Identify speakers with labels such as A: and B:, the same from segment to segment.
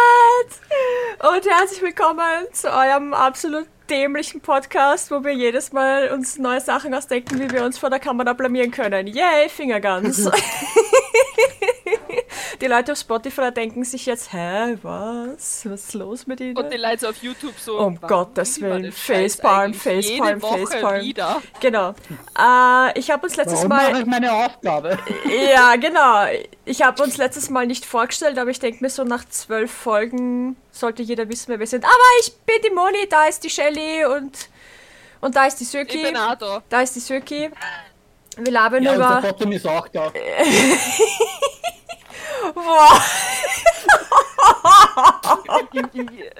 A: Mahlzeit! Und herzlich willkommen zu eurem absolut dämlichen Podcast, wo wir jedes Mal uns neue Sachen ausdenken, wie wir uns vor der Kamera blamieren können. Yay, Fingerguns! die Leute auf Spotify denken sich jetzt, hä, was? Was ist los mit ihnen?
B: Und die Leute auf YouTube so.
A: Um
B: warum
A: Gottes
B: wie war
A: Willen,
B: der Scheiß
A: Facepalm,
B: eigentlich? Jede
A: Facepalm,
B: Woche
A: Facepalm.
B: Wieder.
A: Genau. Äh, ich habe uns letztes
C: Warum
A: Mal
C: mache ich meine Aufgabe? Also
A: Ja, genau. Ich habe uns letztes Mal nicht vorgestellt, aber ich denke mir so nach zwölf Folgen sollte jeder wissen, wer wir sind. Aber ich bin die Moni, da ist die Shelly und, und da ist die
B: Ich
A: Söki.
B: bin auch da.
A: Da ist die Söki. Wir labern
C: Ja, unser
A: über.
C: Bottom ist auch da.
A: Wow.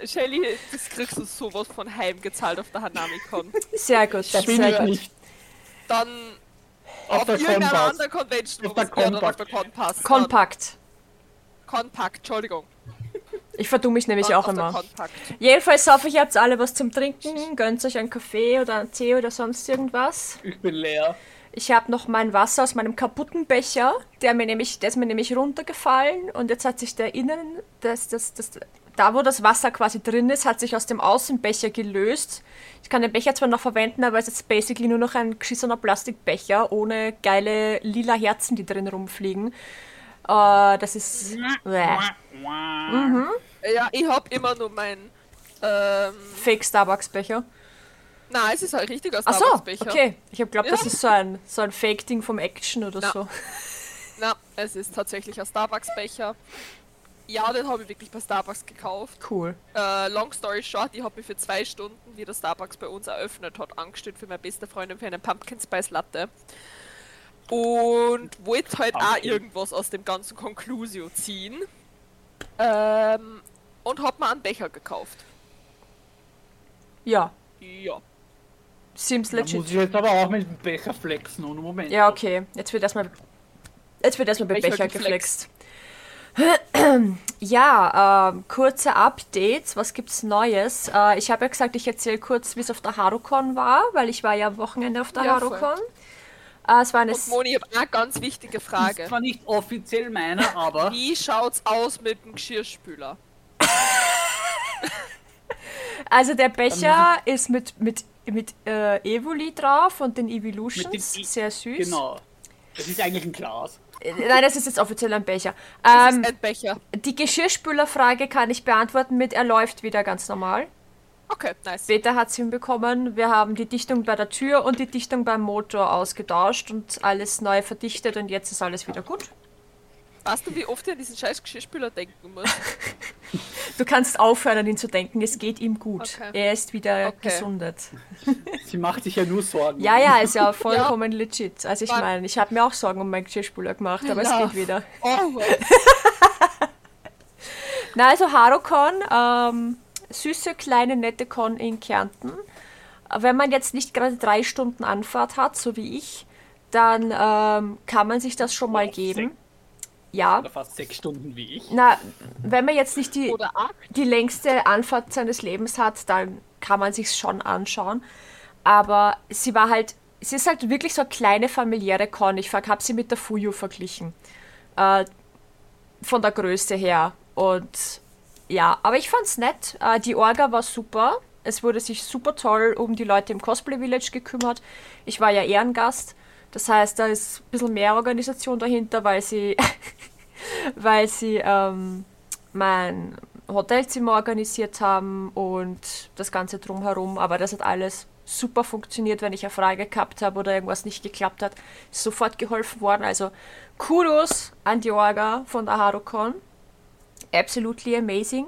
B: Shelly, das kriegst du sowas von heimgezahlt auf der Hanamicon.
A: Sehr gut,
C: Da
A: das
C: bin
A: sehr
C: ich
A: gut.
C: nicht.
B: Dann
C: Auf
B: auf
C: der
B: irgendeiner
C: Kompass.
B: anderen Convention.
C: Auf der
B: wo wir dann
C: Compact.
B: Auf der Compass.
A: Kompakt.
B: Dann- Compact, Entschuldigung.
A: Ich verdumme mich nämlich
B: Dann
A: auch
B: auf der
A: immer.
B: Compact.
A: Jedenfalls hoffe ich, ihr habt alle was zum Trinken. Gönnt euch einen Kaffee oder einen Tee oder sonst irgendwas.
C: Ich bin leer.
A: Ich habe noch mein Wasser aus meinem kaputten Becher, der mir nämlich, der ist mir nämlich runtergefallen und jetzt hat sich der innen, das, das, das, da wo das Wasser quasi drin ist, hat sich aus dem Außenbecher gelöst. Ich kann den Becher zwar noch verwenden, aber es ist basically nur noch ein geschissener Plastikbecher ohne geile lila Herzen, die drin rumfliegen. Äh, das ist. Bäh.
B: Ja, ich hab immer nur mein. Ähm,
A: Fake Starbucks-Becher.
B: nein, es ist halt richtig aus
A: Ach so,
B: Starbucks-Becher.
A: okay. Ich habe geglaubt, das
B: Ja.
A: ist so ein, so ein Fake-Ding vom Action oder
B: Na.
A: so.
B: Na, es ist tatsächlich ein Starbucks-Becher. Ja, den habe ich wirklich bei Starbucks gekauft.
A: Cool.
B: Äh, long story short, ich habe mich für zwei Stunden, wie der Starbucks bei uns eröffnet hat, angestellt für meine beste Freundin für einen Pumpkin Spice Latte. Und wollte halt auch
C: Pumpkin.
B: irgendwas aus dem ganzen Conclusio ziehen. Ähm, und hab mir einen Becher gekauft.
A: Ja,
B: Ja.
A: seems
C: Da muss
A: legit.
C: ich jetzt aber auch mit dem Becher flexen. Und Moment.
A: Ja, okay. Jetzt wird erstmal. Jetzt wird erstmal mit
B: Becher
A: Becher geflext.
B: geflext.
A: Ja, ähm, kurze Updates. Was gibt's Neues? Äh, ich habe ja gesagt, ich erzähle kurz, wie es auf der Harucon war, weil ich war ja am Wochenende auf der
B: Ja, voll.
A: Harucon. Äh, es war eine.
B: Und Moni, ich hab eine ganz wichtige
C: Ist
B: Frage.
C: zwar nicht offiziell meiner, aber
B: Wie schaut's aus mit dem Geschirrspüler?
A: Also der Becher ist mit, mit, mit äh, Evoli drauf und den Evolutions.
C: I-
A: Sehr süß.
C: genau. Das ist eigentlich ein Glas.
A: Äh, Nein, das ist jetzt offiziell ein Becher.
B: Das
A: Ähm,
B: ist ein Becher.
A: die Geschirrspülerfrage kann ich beantworten mit, er läuft wieder ganz normal.
B: Okay, nice.
A: Peter hat es hinbekommen. Wir haben die Dichtung bei der Tür und die Dichtung beim Motor ausgetauscht und alles neu verdichtet und jetzt ist alles wieder gut.
B: Weißt du, wie oft ich an diesen scheiß Geschirrspüler denken muss?
A: Du kannst aufhören, an ihn zu denken. Es geht ihm gut.
B: Okay.
A: Er ist wieder
B: Okay.
A: gesundet.
C: Sie macht sich ja nur Sorgen.
A: Ja, ja, ist ja vollkommen legit. Also ich
B: War-
A: meine, ich habe mir auch Sorgen um meinen Geschirrspüler gemacht, aber es
B: Ja.
A: geht wieder.
B: Oh,
A: Na, also Harokon, ähm, süße, kleine, nette Con in Kärnten. Wenn man jetzt nicht gerade drei Stunden Anfahrt hat, so wie ich, dann ähm, kann man sich das schon mal
C: Oder
A: geben.
C: sechs-
A: Ja.
C: Oder fast sechs Stunden wie ich.
A: Na, wenn man jetzt nicht die,
B: oder acht?
A: die längste Anfahrt seines Lebens hat, dann kann man sich's schon anschauen. Aber sie war halt, sie ist halt wirklich so eine kleine familiäre Con. Ich habe sie mit der Fuyu verglichen. Äh, von der Größe her. Und ja, aber ich fand's nett. Äh, die Orga war super. Es wurde sich super toll um die Leute im Cosplay Village gekümmert. Ich war ja Ehrengast. Das heißt, da ist ein bisschen mehr Organisation dahinter, weil sie, weil sie ähm, mein Hotelzimmer organisiert haben und das Ganze drumherum. Aber das hat alles super funktioniert, wenn ich eine Frage gehabt habe oder irgendwas nicht geklappt hat. Ist sofort geholfen worden. Also Kudos an die Orga von der Harukon. Absolutely amazing.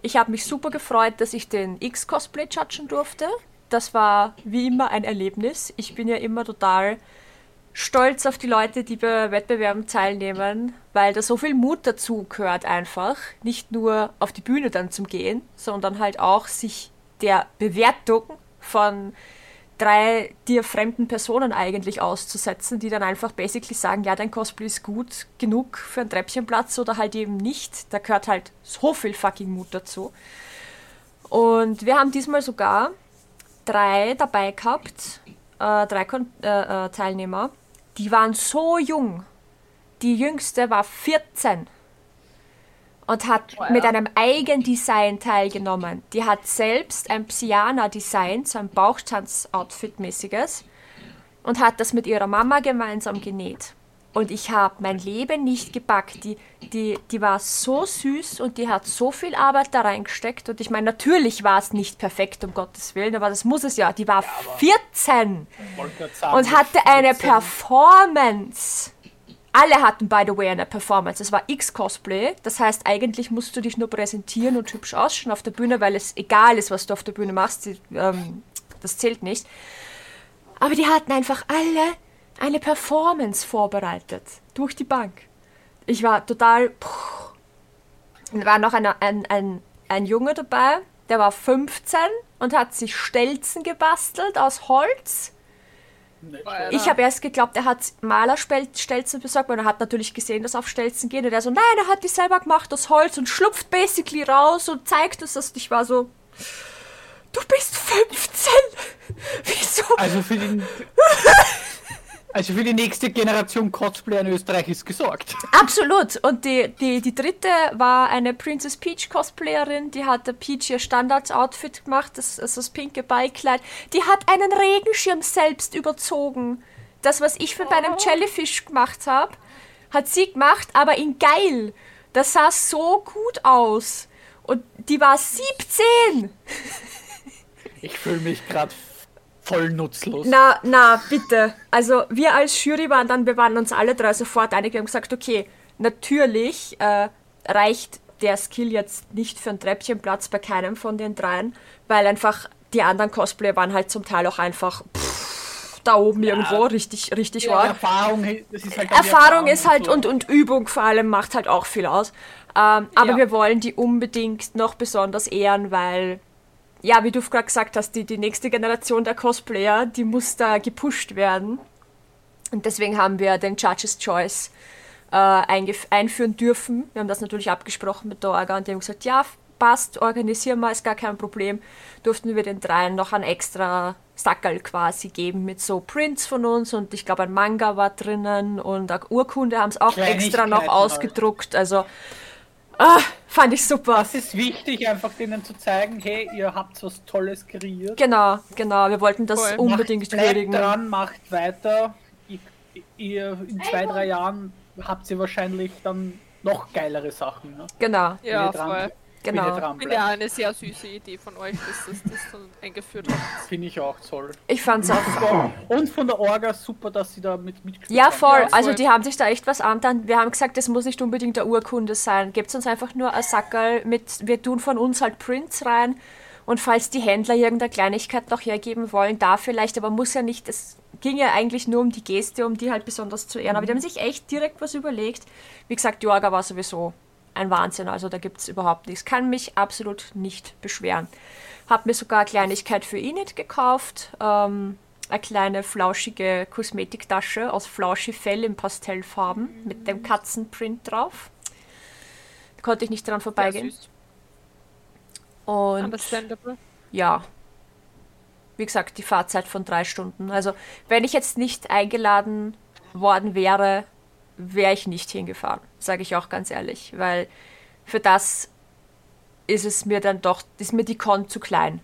A: Ich habe mich super gefreut, dass ich den X-Cosplay judgen durfte. Das war wie immer ein Erlebnis. Ich bin ja immer total stolz auf die Leute, die bei Wettbewerben teilnehmen, weil da so viel Mut dazu gehört einfach. Nicht nur auf die Bühne dann zum Gehen, sondern halt auch sich der Bewertung von drei dir fremden Personen eigentlich auszusetzen, die dann einfach basically sagen, ja, dein Cosplay ist gut genug für einen Treppchenplatz oder halt eben nicht. Da gehört halt so viel fucking Mut dazu. Und wir haben diesmal sogar drei dabei gehabt, äh, drei Kon äh, äh, Teilnehmer. Die waren so jung. Die jüngste war 14. und hat
B: Oh ja.
A: mit einem Eigendesign teilgenommen. Die hat selbst ein Psyana-Design, so ein Bauchtanz-Outfit-mäßiges, und hat das mit ihrer Mama gemeinsam genäht. Und ich habe mein Leben nicht gepackt. Die, die, die war so süß und die hat so viel Arbeit da reingesteckt. Und ich meine, natürlich war es nicht perfekt, um Gottes Willen, aber das muss es ja. Die war 14
C: Wollte grad sagen,
A: und hatte eine
C: 14.
A: Performance. Alle hatten, by the way, eine Performance. Es war X-Cosplay. Das heißt, eigentlich musst du dich nur präsentieren und hübsch ausschauen auf der Bühne, weil es egal ist, was du auf der Bühne machst. Die, ähm, das zählt nicht. Aber die hatten einfach alle eine Performance vorbereitet. Durch die Bank. Ich war total. Puh. Und war noch eine, ein, ein, ein Junge dabei, der war 15 und hat sich Stelzen gebastelt aus Holz. Ich habe erst geglaubt, er hat Malerstelzen besorgt, weil er hat natürlich gesehen, dass auf Stelzen gehen. Und er so, nein, er hat die selber gemacht aus Holz und schlupft basically raus und zeigt uns das. Und Ich war so, du bist 15. Wieso?
C: Also für den. Also für die nächste Generation Cosplayer in Österreich ist gesorgt.
A: Absolut. Und die, die, die dritte war eine Princess Peach Cosplayerin, die hat der Peach ihr Standards-Outfit gemacht, das, also das pinke Ballkleid. Die hat einen Regenschirm selbst überzogen. Das, was ich für bei einem Jellyfish gemacht habe, hat sie gemacht, aber in geil. Das sah so gut aus. Und die war 17.
C: Ich fühle mich gerade voll nutzlos.
A: Na, na, bitte. Also wir als Jury waren dann, wir waren uns alle drei sofort einig. Wir haben gesagt, okay, natürlich äh, reicht der Skill jetzt nicht für einen Treppchenplatz bei keinem von den dreien, weil einfach die anderen Cosplayer waren halt zum Teil auch einfach pff, da oben irgendwo richtig, richtig
C: Die
A: arg.
C: Erfahrung, das ist halt dann die
A: Erfahrung ist halt
C: so.
A: und, und Übung vor allem macht halt auch viel aus. Ähm, aber
C: Ja.
A: wir wollen die unbedingt noch besonders ehren, weil, ja, wie du gerade gesagt hast, die, die nächste Generation der Cosplayer, die muss da gepusht werden. Und deswegen haben wir den Judges Choice äh, eingef- einführen dürfen. Wir haben das natürlich abgesprochen mit der Orga und die haben gesagt, ja, passt, organisieren wir, ist gar kein Problem. Durften wir den dreien noch einen extra Sackerl quasi geben mit so Prints von uns und ich glaube ein Manga war drinnen und eine Urkunde haben es auch extra noch
C: Kleinigkeiten halt.
A: ausgedruckt. Also ah, fand ich super.
C: Es ist wichtig, einfach denen zu zeigen, hey, ihr habt was Tolles kreiert.
A: Genau, genau, wir wollten das
B: Voll.
A: unbedingt
C: Bleibt
A: würdigen.
C: dran, macht weiter. Ich, ihr, in zwei, drei Jahren habt ihr wahrscheinlich dann noch geilere Sachen. Ne?
A: Genau,
B: Ja,
C: Wenn ihr dran-
B: voll.
C: wenn ihr
A: Genau.
C: dran
B: Finde ja
C: bleibt.
B: eine sehr süße Idee von euch, dass das, das so eingeführt habt.
C: Finde ich auch toll.
A: ich fand's auch
C: Und von der Orga super, dass sie da mit mitgespielt
A: Ja, voll.
B: Ja, voll.
A: Also die haben sich da echt was angetan. Wir haben gesagt, das muss nicht unbedingt der Urkunde sein. Gebt uns einfach nur ein Sackerl mit, wir tun von uns halt Prints rein. Und falls die Händler irgendeine Kleinigkeit noch hergeben wollen, da vielleicht, aber muss ja nicht, es ging ja eigentlich nur um die Geste, um die halt besonders zu ehren. Aber die haben sich echt direkt was überlegt. Wie gesagt, Jorga war sowieso ein Wahnsinn, also da gibt es überhaupt nichts. Kann mich absolut nicht beschweren. Hab mir sogar eine Kleinigkeit für Init gekauft. Ähm, eine kleine flauschige Kosmetiktasche aus Flauschifell in Pastellfarben mit dem Katzenprint drauf. Da konnte ich nicht dran
B: Sehr
A: vorbeigehen.
B: süß.
A: Und
B: Understandable.
A: ja. Wie gesagt, die Fahrzeit von drei Stunden. Also, wenn ich jetzt nicht eingeladen worden wäre, wäre ich nicht hingefahren. Sage ich auch ganz ehrlich. Weil für das ist es mir dann doch, ist mir die Con zu klein.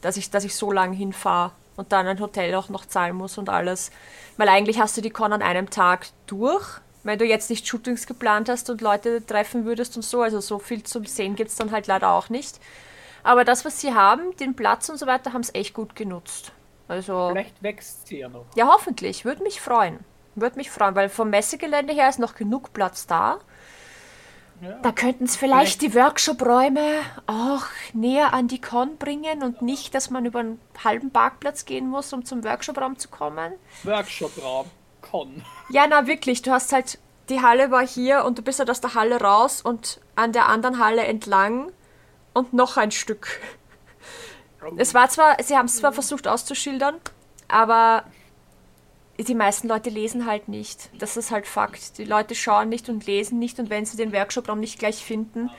A: Dass ich, dass ich so lange hinfahre und dann ein Hotel auch noch zahlen muss und alles. Weil eigentlich hast du die Con an einem Tag durch. Wenn du jetzt nicht Shootings geplant hast und Leute treffen würdest und so, also so viel zum Sehen gibt es dann halt leider auch nicht. Aber das, was sie haben, den Platz und so weiter, haben sie echt gut genutzt. Also,
C: Vielleicht wächst sie ja noch.
A: ja, hoffentlich. Würde mich freuen. Würde mich freuen, weil vom Messegelände her ist noch genug Platz da. Da könnten es vielleicht die Workshop-Räume auch näher an die Con bringen und nicht, dass man über einen halben Parkplatz gehen muss, um zum Workshop-Raum zu kommen.
C: Workshop-Raum. Con.
A: Ja, na wirklich, du hast halt, die Halle war hier und du bist halt aus der Halle raus und an der anderen Halle entlang und noch ein Stück. Es war zwar, sie haben es zwar versucht auszuschildern, aber die meisten Leute lesen halt nicht. Das ist halt Fakt. Die Leute schauen nicht und lesen nicht und wenn sie den Workshop-Raum nicht gleich finden,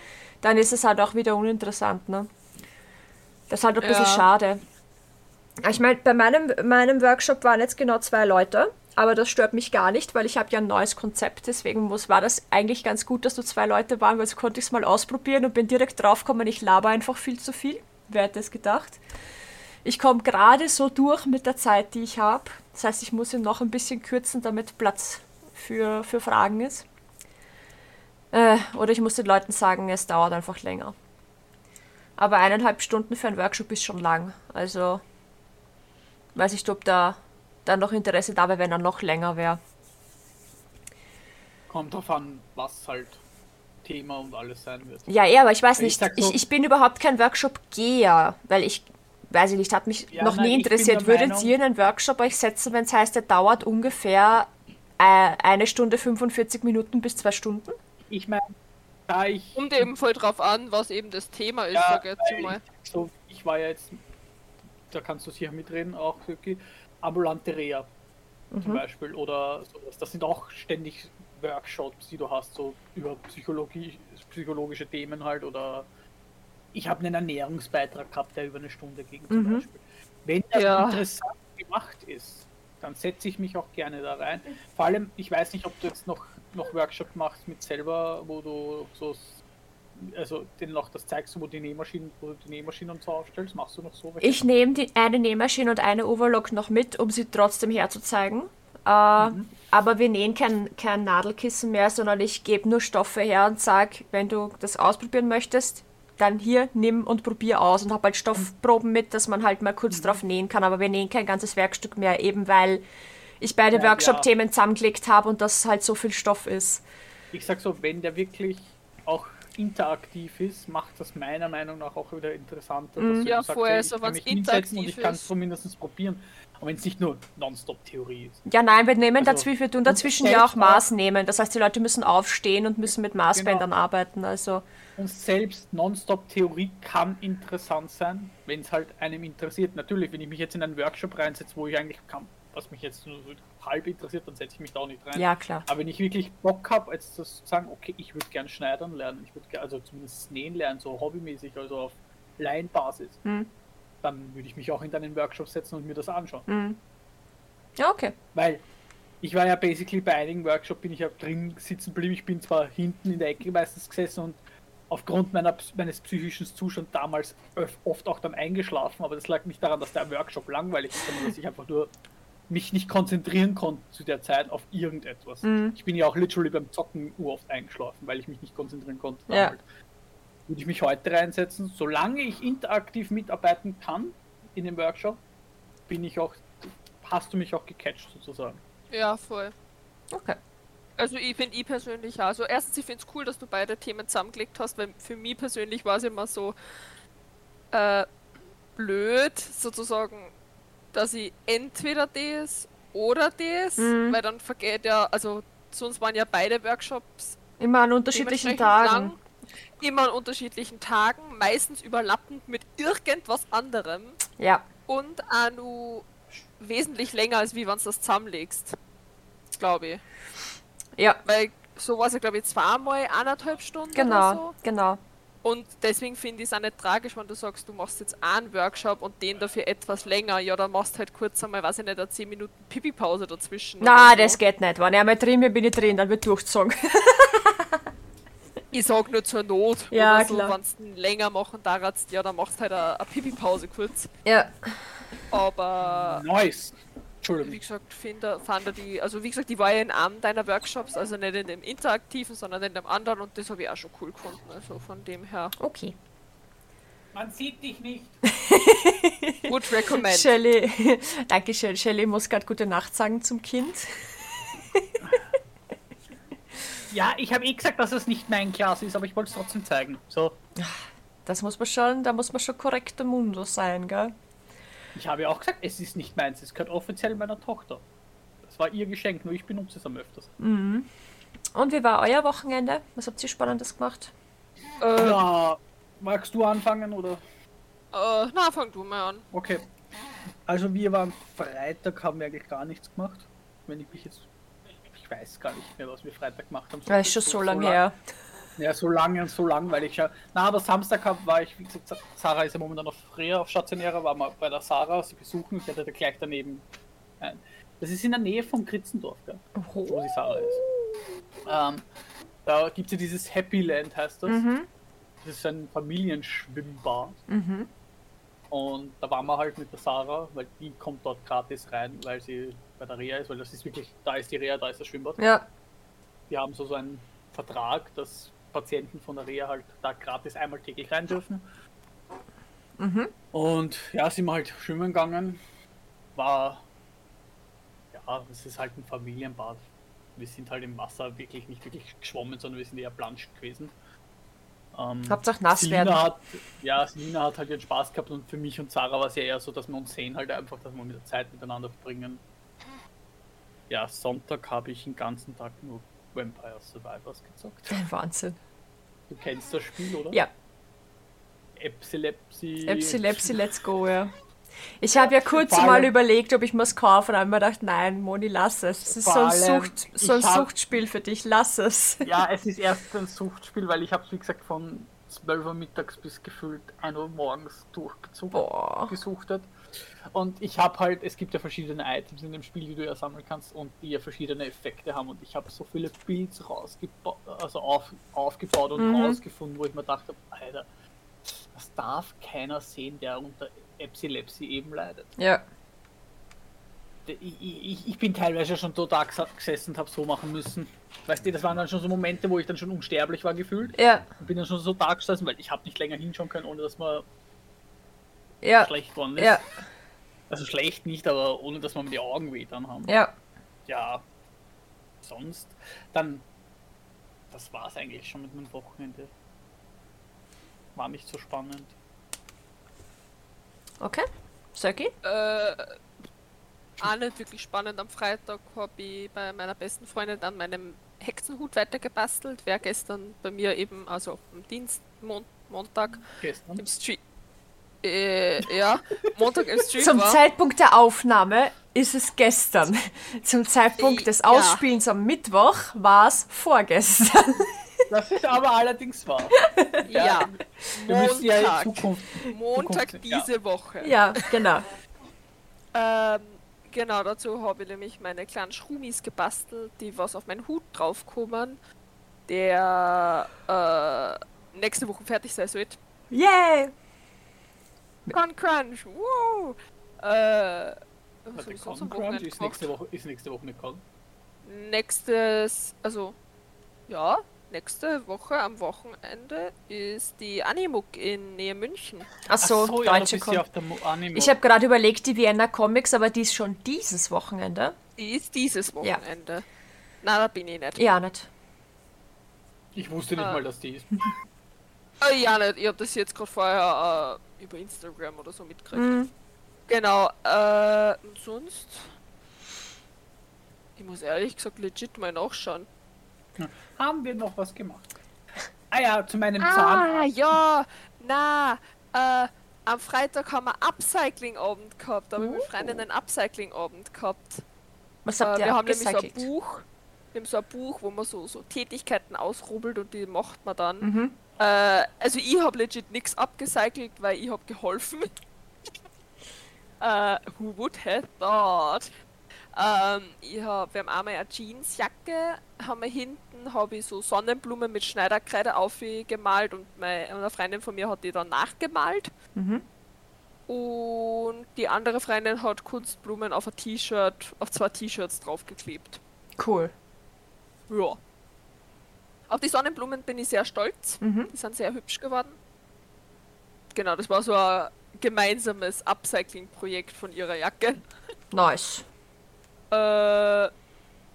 A: dann ist es halt auch wieder uninteressant, ne? Das ist halt ein bisschen
B: Ja.
A: schade. Ich meine, bei meinem, meinem Workshop waren jetzt genau zwei Leute. aber das stört mich gar nicht, weil ich habe ja ein neues Konzept, deswegen muss, war das eigentlich ganz gut, dass du zwei Leute waren, weil so konnte ich es mal ausprobieren und bin direkt draufgekommen, ich laber einfach viel zu viel. Wer hätte es gedacht? Ich komme gerade so durch mit der Zeit, die ich habe. Das heißt, ich muss ihn noch ein bisschen kürzen, damit Platz für, für Fragen ist. Äh, oder ich muss den Leuten sagen, es dauert einfach länger. Aber eineinhalb Stunden für einen Workshop ist schon lang. Also weiß ich, ob da dann noch Interesse da wäre, wenn er noch länger wäre.
C: Kommt drauf an, was halt Thema und alles sein wird.
A: Ja, eher, aber ich weiß
C: Ich
A: nicht.
C: sag so-
A: ich, ich bin überhaupt kein Workshop-Geher, weil ich, weiß ich nicht, hat mich
C: Ja,
A: noch
C: nein,
A: nie
C: ich bin
A: interessiert.
C: der
A: Würdet
C: Meinung-
A: ihr einen Workshop euch setzen, wenn es heißt, der dauert ungefähr äh, eine Stunde 45 Minuten bis zwei Stunden?
C: Ich meine, da ich,
B: Kommt eben voll drauf an, was eben Oh, das Thema ist,
C: Ja,
B: sag ich jetzt
C: weil
B: mal.
C: ich, so, ich war ja jetzt, da kannst du sicher mitreden, auch wirklich, ambulante Reha
B: Mhm.
C: zum Beispiel oder sowas. Das sind auch ständig Workshops, die du hast, so über Psychologie, psychologische Themen halt oder ich habe einen Ernährungsbeitrag gehabt, der über eine Stunde ging zum
A: Mhm.
C: Beispiel. Wenn das
B: Ja.
C: interessant gemacht ist, dann setze ich mich auch gerne da rein. Vor allem, ich weiß nicht, ob du jetzt noch, noch Workshop machst mit selber, wo du so s- also den noch das zeigst, wo die Nähmaschinen, wo du die Nähmaschinen und so aufstellst, machst du noch so
A: Ich nehme die eine Nähmaschine und eine Overlock noch mit, um sie trotzdem herzuzeigen. Äh,
C: Mhm.
A: Aber wir nähen kein, kein Nadelkissen mehr, sondern ich gebe nur Stoffe her und sage, wenn du das ausprobieren möchtest, dann hier nimm und probier aus und habe halt Stoffproben mit, dass man halt mal
C: Mhm.
A: kurz drauf nähen kann. Aber wir nähen kein ganzes Werkstück mehr, eben weil ich beide
C: Ja, ja.
A: Workshop-Themen zusammengelegt habe und das halt so viel Stoff ist.
C: ich sag so, wenn der wirklich auch interaktiv ist, macht das meiner Meinung nach auch wieder interessanter. dass du
B: Mhm. Ja,
C: eben sagst,
B: voll,
C: hey,
B: so
C: ich
B: was
C: kann mich hinsetzen und ich
B: interaktiv
C: kann
B: ist.
C: es zumindest probieren. Und wenn es nicht nur Nonstop-Theorie ist.
A: Ja, nein, wir nehmen
C: Also,
A: dazwischen, wir tun
C: und
A: dazwischen ja auch
C: selbst auch-
A: Maß nehmen. Das heißt, die Leute müssen aufstehen und müssen mit Maßbändern
C: Genau.
A: arbeiten. Also.
C: Und selbst Nonstop-Theorie kann interessant sein, wenn es halt einem interessiert. Natürlich, wenn ich mich jetzt in einen Workshop reinsetze, wo ich eigentlich kann, was mich jetzt nur so halb interessiert, dann setze ich mich da auch nicht rein.
A: Ja, klar.
C: Aber wenn ich wirklich Bock habe, als zu sagen, okay, ich würde gern schneidern lernen, ich würde also zumindest nähen lernen, so hobbymäßig, also auf Laienbasis,
A: Hm.
C: dann würde ich mich auch in deinen Workshop setzen und mir das anschauen.
A: Ja, okay.
C: Weil ich war ja basically bei einigen Workshops, bin ich ja drin sitzen geblieben. Ich bin zwar hinten in der Ecke meistens gesessen und aufgrund meiner, ps- meines psychischen Zustands damals öf- oft auch dann eingeschlafen, aber das lag nicht daran, dass der Workshop langweilig ist, sondern dass ich einfach nur mich nicht konzentrieren konnte zu der Zeit auf irgendetwas. Ich bin ja auch literally beim Zocken oft eingeschlafen, weil ich mich nicht konzentrieren konnte.
A: Ja.
C: damals. Würde ich mich heute reinsetzen, solange ich interaktiv mitarbeiten kann in dem Workshop, bin ich auch, hast du mich auch gecatcht sozusagen.
B: Ja, voll.
A: Okay.
B: Also ich finde ich persönlich auch. Also erstens, ich finde es cool, dass du beide Themen zusammengelegt hast, weil für mich persönlich war es immer so äh, blöd, sozusagen, dass ich entweder das oder das,
A: Mhm.
B: weil dann vergeht ja, also sonst waren ja beide Workshops
A: Immer an unterschiedlichen
B: dementsprechend
A: Tagen.
B: lang, immer an unterschiedlichen Tagen, meistens überlappend mit irgendwas anderem.
A: Ja.
B: und auch nur wesentlich länger, als wie wenn du das zusammenlegst. Glaube ich.
A: Ja,
B: Weil so war es ja, glaube ich, zweimal eineinhalb Stunden
A: genau,
B: oder
A: genau.
B: so. Und deswegen finde ich es auch nicht tragisch, wenn du sagst, du machst jetzt einen Workshop und den dafür etwas länger. Ja, dann machst halt kurz einmal, weiß ich nicht, eine 10 Minuten Pipi-Pause dazwischen.
A: Na,
B: oder
A: das
B: so.
A: geht nicht. Wenn ich einmal drin bin, bin ich drin, dann wird durchgezogen.
B: Ich sag nur zur Not.
A: Ja,
B: oder so,
A: klar.
B: Wenn du den länger machen darfst, ja, dann machst halt eine, eine Pipi-Pause kurz.
A: ja.
B: Aber
C: Nice!
B: Wie
C: Entschuldigung.
B: gesagt, finde, fand er die, also wie gesagt, die war ja in einem deiner Workshops, also nicht in dem interaktiven, sondern in dem anderen und das habe ich auch schon cool gefunden. Also von dem her,
A: Okay.
C: Man sieht dich nicht.
B: gut recommend.
A: Shelley, Dankeschön. Shelley muss gerade gute Nacht sagen zum Kind.
C: Ja, ich habe eh gesagt, dass es nicht mein Glas ist, aber ich wollte es trotzdem zeigen. So,
A: Das muss man schon, da muss man schon korrekter Mundo sein, gell?
C: ich habe ja auch gesagt, es ist nicht meins, es gehört offiziell meiner Tochter. Das war ihr Geschenk, nur ich benutze es am öfters.
A: Und wie war euer Wochenende? Was habt ihr Spannendes gemacht?
B: Äh,
C: Ja, magst du anfangen oder?
B: äh, na, fang du mal an.
C: Okay. Also wir waren Freitag, haben wir eigentlich gar nichts gemacht. Wenn ich mich jetzt. Ich weiß gar nicht mehr, was wir Freitag gemacht haben.
A: Das ist schon so lange
C: lang-
A: her.
C: Ja, so lange und so langweilig. Ja. Na, aber Samstag hab- war ich, wie gesagt, Sa- Sarah ist ja momentan auf Reha, auf stationärer, war mal bei der Sarah, sie besuchen, ich hatte da gleich daneben. ein- Das ist in der Nähe von Kritzendorf, gell? wo die Sarah ist. Ähm, da gibt es ja dieses Happy Land, heißt das.
A: Mhm.
C: Das ist ein Familienschwimmbad.
A: Mhm.
C: Und da waren wir halt mit der Sarah, weil die kommt dort gratis rein, weil sie bei der Reha ist, weil das ist wirklich, da ist die Reha, da ist das Schwimmbad.
A: Ja.
C: Die haben so, so einen Vertrag, dass Patienten von der Reha halt da gratis einmal täglich rein dürfen.
A: Mhm.
C: Und ja, sind wir halt schwimmen gegangen. War. Ja, es ist halt ein Familienbad. Wir sind halt im Wasser wirklich nicht wirklich geschwommen, sondern wir sind eher planscht gewesen. Ähm,
A: Hauptsache nass
C: Selina
A: werden.
C: Hat, ja, Selina hat halt ihren Spaß gehabt und für mich und Sarah war es ja eher so, dass wir uns sehen, halt einfach, dass wir mit der Zeit miteinander verbringen. Ja, Sonntag habe ich den ganzen Tag nur Vampire Survivors gezockt.
A: Wahnsinn.
C: Du kennst das Spiel, oder?
A: Ja.
C: Epilepsie.
A: Epsilepsi, let's go, ja. Ich habe ja kurz
C: vor
A: mal
C: allem-
A: überlegt, ob ich mir es kaufe und habe mir gedacht, nein, Moni, lass es. Das ist so ein,
C: Vor allem,
A: Sucht, so ein
C: ich hab-
A: Suchtspiel für dich, lass es.
C: Ja, es ist erst ein Suchtspiel, weil ich habe es, wie gesagt, von 12 Uhr mittags bis gefühlt 1 Uhr morgens
A: Boah.
C: durchgesuchtet. Und ich habe halt, es gibt ja verschiedene Items in dem Spiel, die du ja sammeln kannst und die ja verschiedene Effekte haben. Und ich habe so viele Builds rausgebaut, also auf, aufgebaut und
A: Mhm.
C: rausgefunden, wo ich mir dachte, Alter, das darf keiner sehen, der unter Epilepsie eben leidet.
A: Ja.
C: Ich, ich, ich bin teilweise schon total gesessen und habe so machen müssen. Weißt du, das waren dann schon so Momente, wo ich dann schon unsterblich war gefühlt.
A: Ja.
C: Und bin dann schon so da gesessen, weil ich habe nicht länger hinschauen können, ohne dass man
A: Ja.
C: schlecht worden ist.
A: Ja.
C: Also schlecht nicht, aber ohne dass man mir die Augen weh dann haben.
A: Ja.
C: Ja, sonst. Dann, das war's eigentlich schon mit meinem Wochenende. War nicht so spannend.
A: Okay. Söcki?
B: Äh, auch nicht wirklich spannend. Am Freitag habe ich bei meiner besten Freundin an meinem Hexenhut weitergebastelt. Wer gestern bei mir eben, also am Dienst, Mon Montag
C: Gestern.
B: im Stream. Äh, ja, Montag im Stream
A: Zum
B: war.
A: Zeitpunkt der Aufnahme ist es gestern. Zum Zeitpunkt des
B: Ja.
A: Ausspielens am Mittwoch war es vorgestern.
C: Das ist aber allerdings wahr.
B: ja,
C: Wir müssen ja in
B: Montag.
C: Zukunft.
B: Montag
C: Zukunft- ja.
B: diese Woche.
A: ja, genau.
B: Ähm, genau, dazu habe ich nämlich meine kleinen Schrumis gebastelt, die was auf meinen Hut draufkommen, der äh, nächste Woche fertig sein sollte.
A: Yay!
B: Crunch, crunch, wow! Äh, was hab
C: Warte,
B: ich sonst
C: Con
B: am
C: Crunch
B: Wochenende
C: ist
B: gemacht?
C: nächste Woche, ist nächste Woche eine Con.
B: Nächstes, also, ja, nächste Woche am Wochenende ist die Animuk in Nähe München.
A: Achso,
C: Ach so, ja, du
A: deutsche
C: bist ja
A: Comic.
C: auf der Mo- Anime.
A: Ich habe gerade überlegt, die Vienna Comics, aber die ist schon dieses Wochenende.
B: Die ist dieses Wochenende. Na, da bin ich nicht.
A: Ja, nicht.
C: Ich wusste nicht
B: Ah.
C: mal, dass die ist.
B: Äh, ja, nicht. Ich habe das jetzt gerade vorher äh, über Instagram oder so mitgekriegt.
A: Mhm.
B: Genau, äh, und sonst. Ich muss ehrlich gesagt legit mal nachschauen.
C: Haben wir noch was gemacht? Ah ja, zu meinem Zahn.
B: Ah, ja, na, äh, am Freitag haben wir Upcycling-Abend gehabt. Da habe ich mit Freunden einen Upcycling-Abend gehabt.
A: Was
B: Äh,
A: habt ihr
B: wir haben nämlich so ein
A: abgecycelt?
B: Buch. Wir haben so ein Buch, wo man so, so Tätigkeiten ausrubbelt und die macht man dann.
A: Mhm.
B: Äh, also ich habe legit nichts abgecycelt, weil ich habe geholfen. äh, who would have thought? Ähm, ich hab, wir haben einmal eine Jeansjacke, haben wir hinten, habe ich so Sonnenblumen mit Schneiderkreide aufgemalt und meine, eine Freundin von mir hat die dann nachgemalt.
A: Mhm.
B: Und die andere Freundin hat Kunstblumen auf ein T-Shirt, auf zwei T-Shirts draufgeklebt.
A: Cool.
B: Ja. Auf die Sonnenblumen bin ich sehr stolz.
A: Mhm.
B: Die sind sehr hübsch geworden. Genau, das war so ein gemeinsames Upcycling-Projekt von ihrer Jacke.
A: Nice.
B: Äh,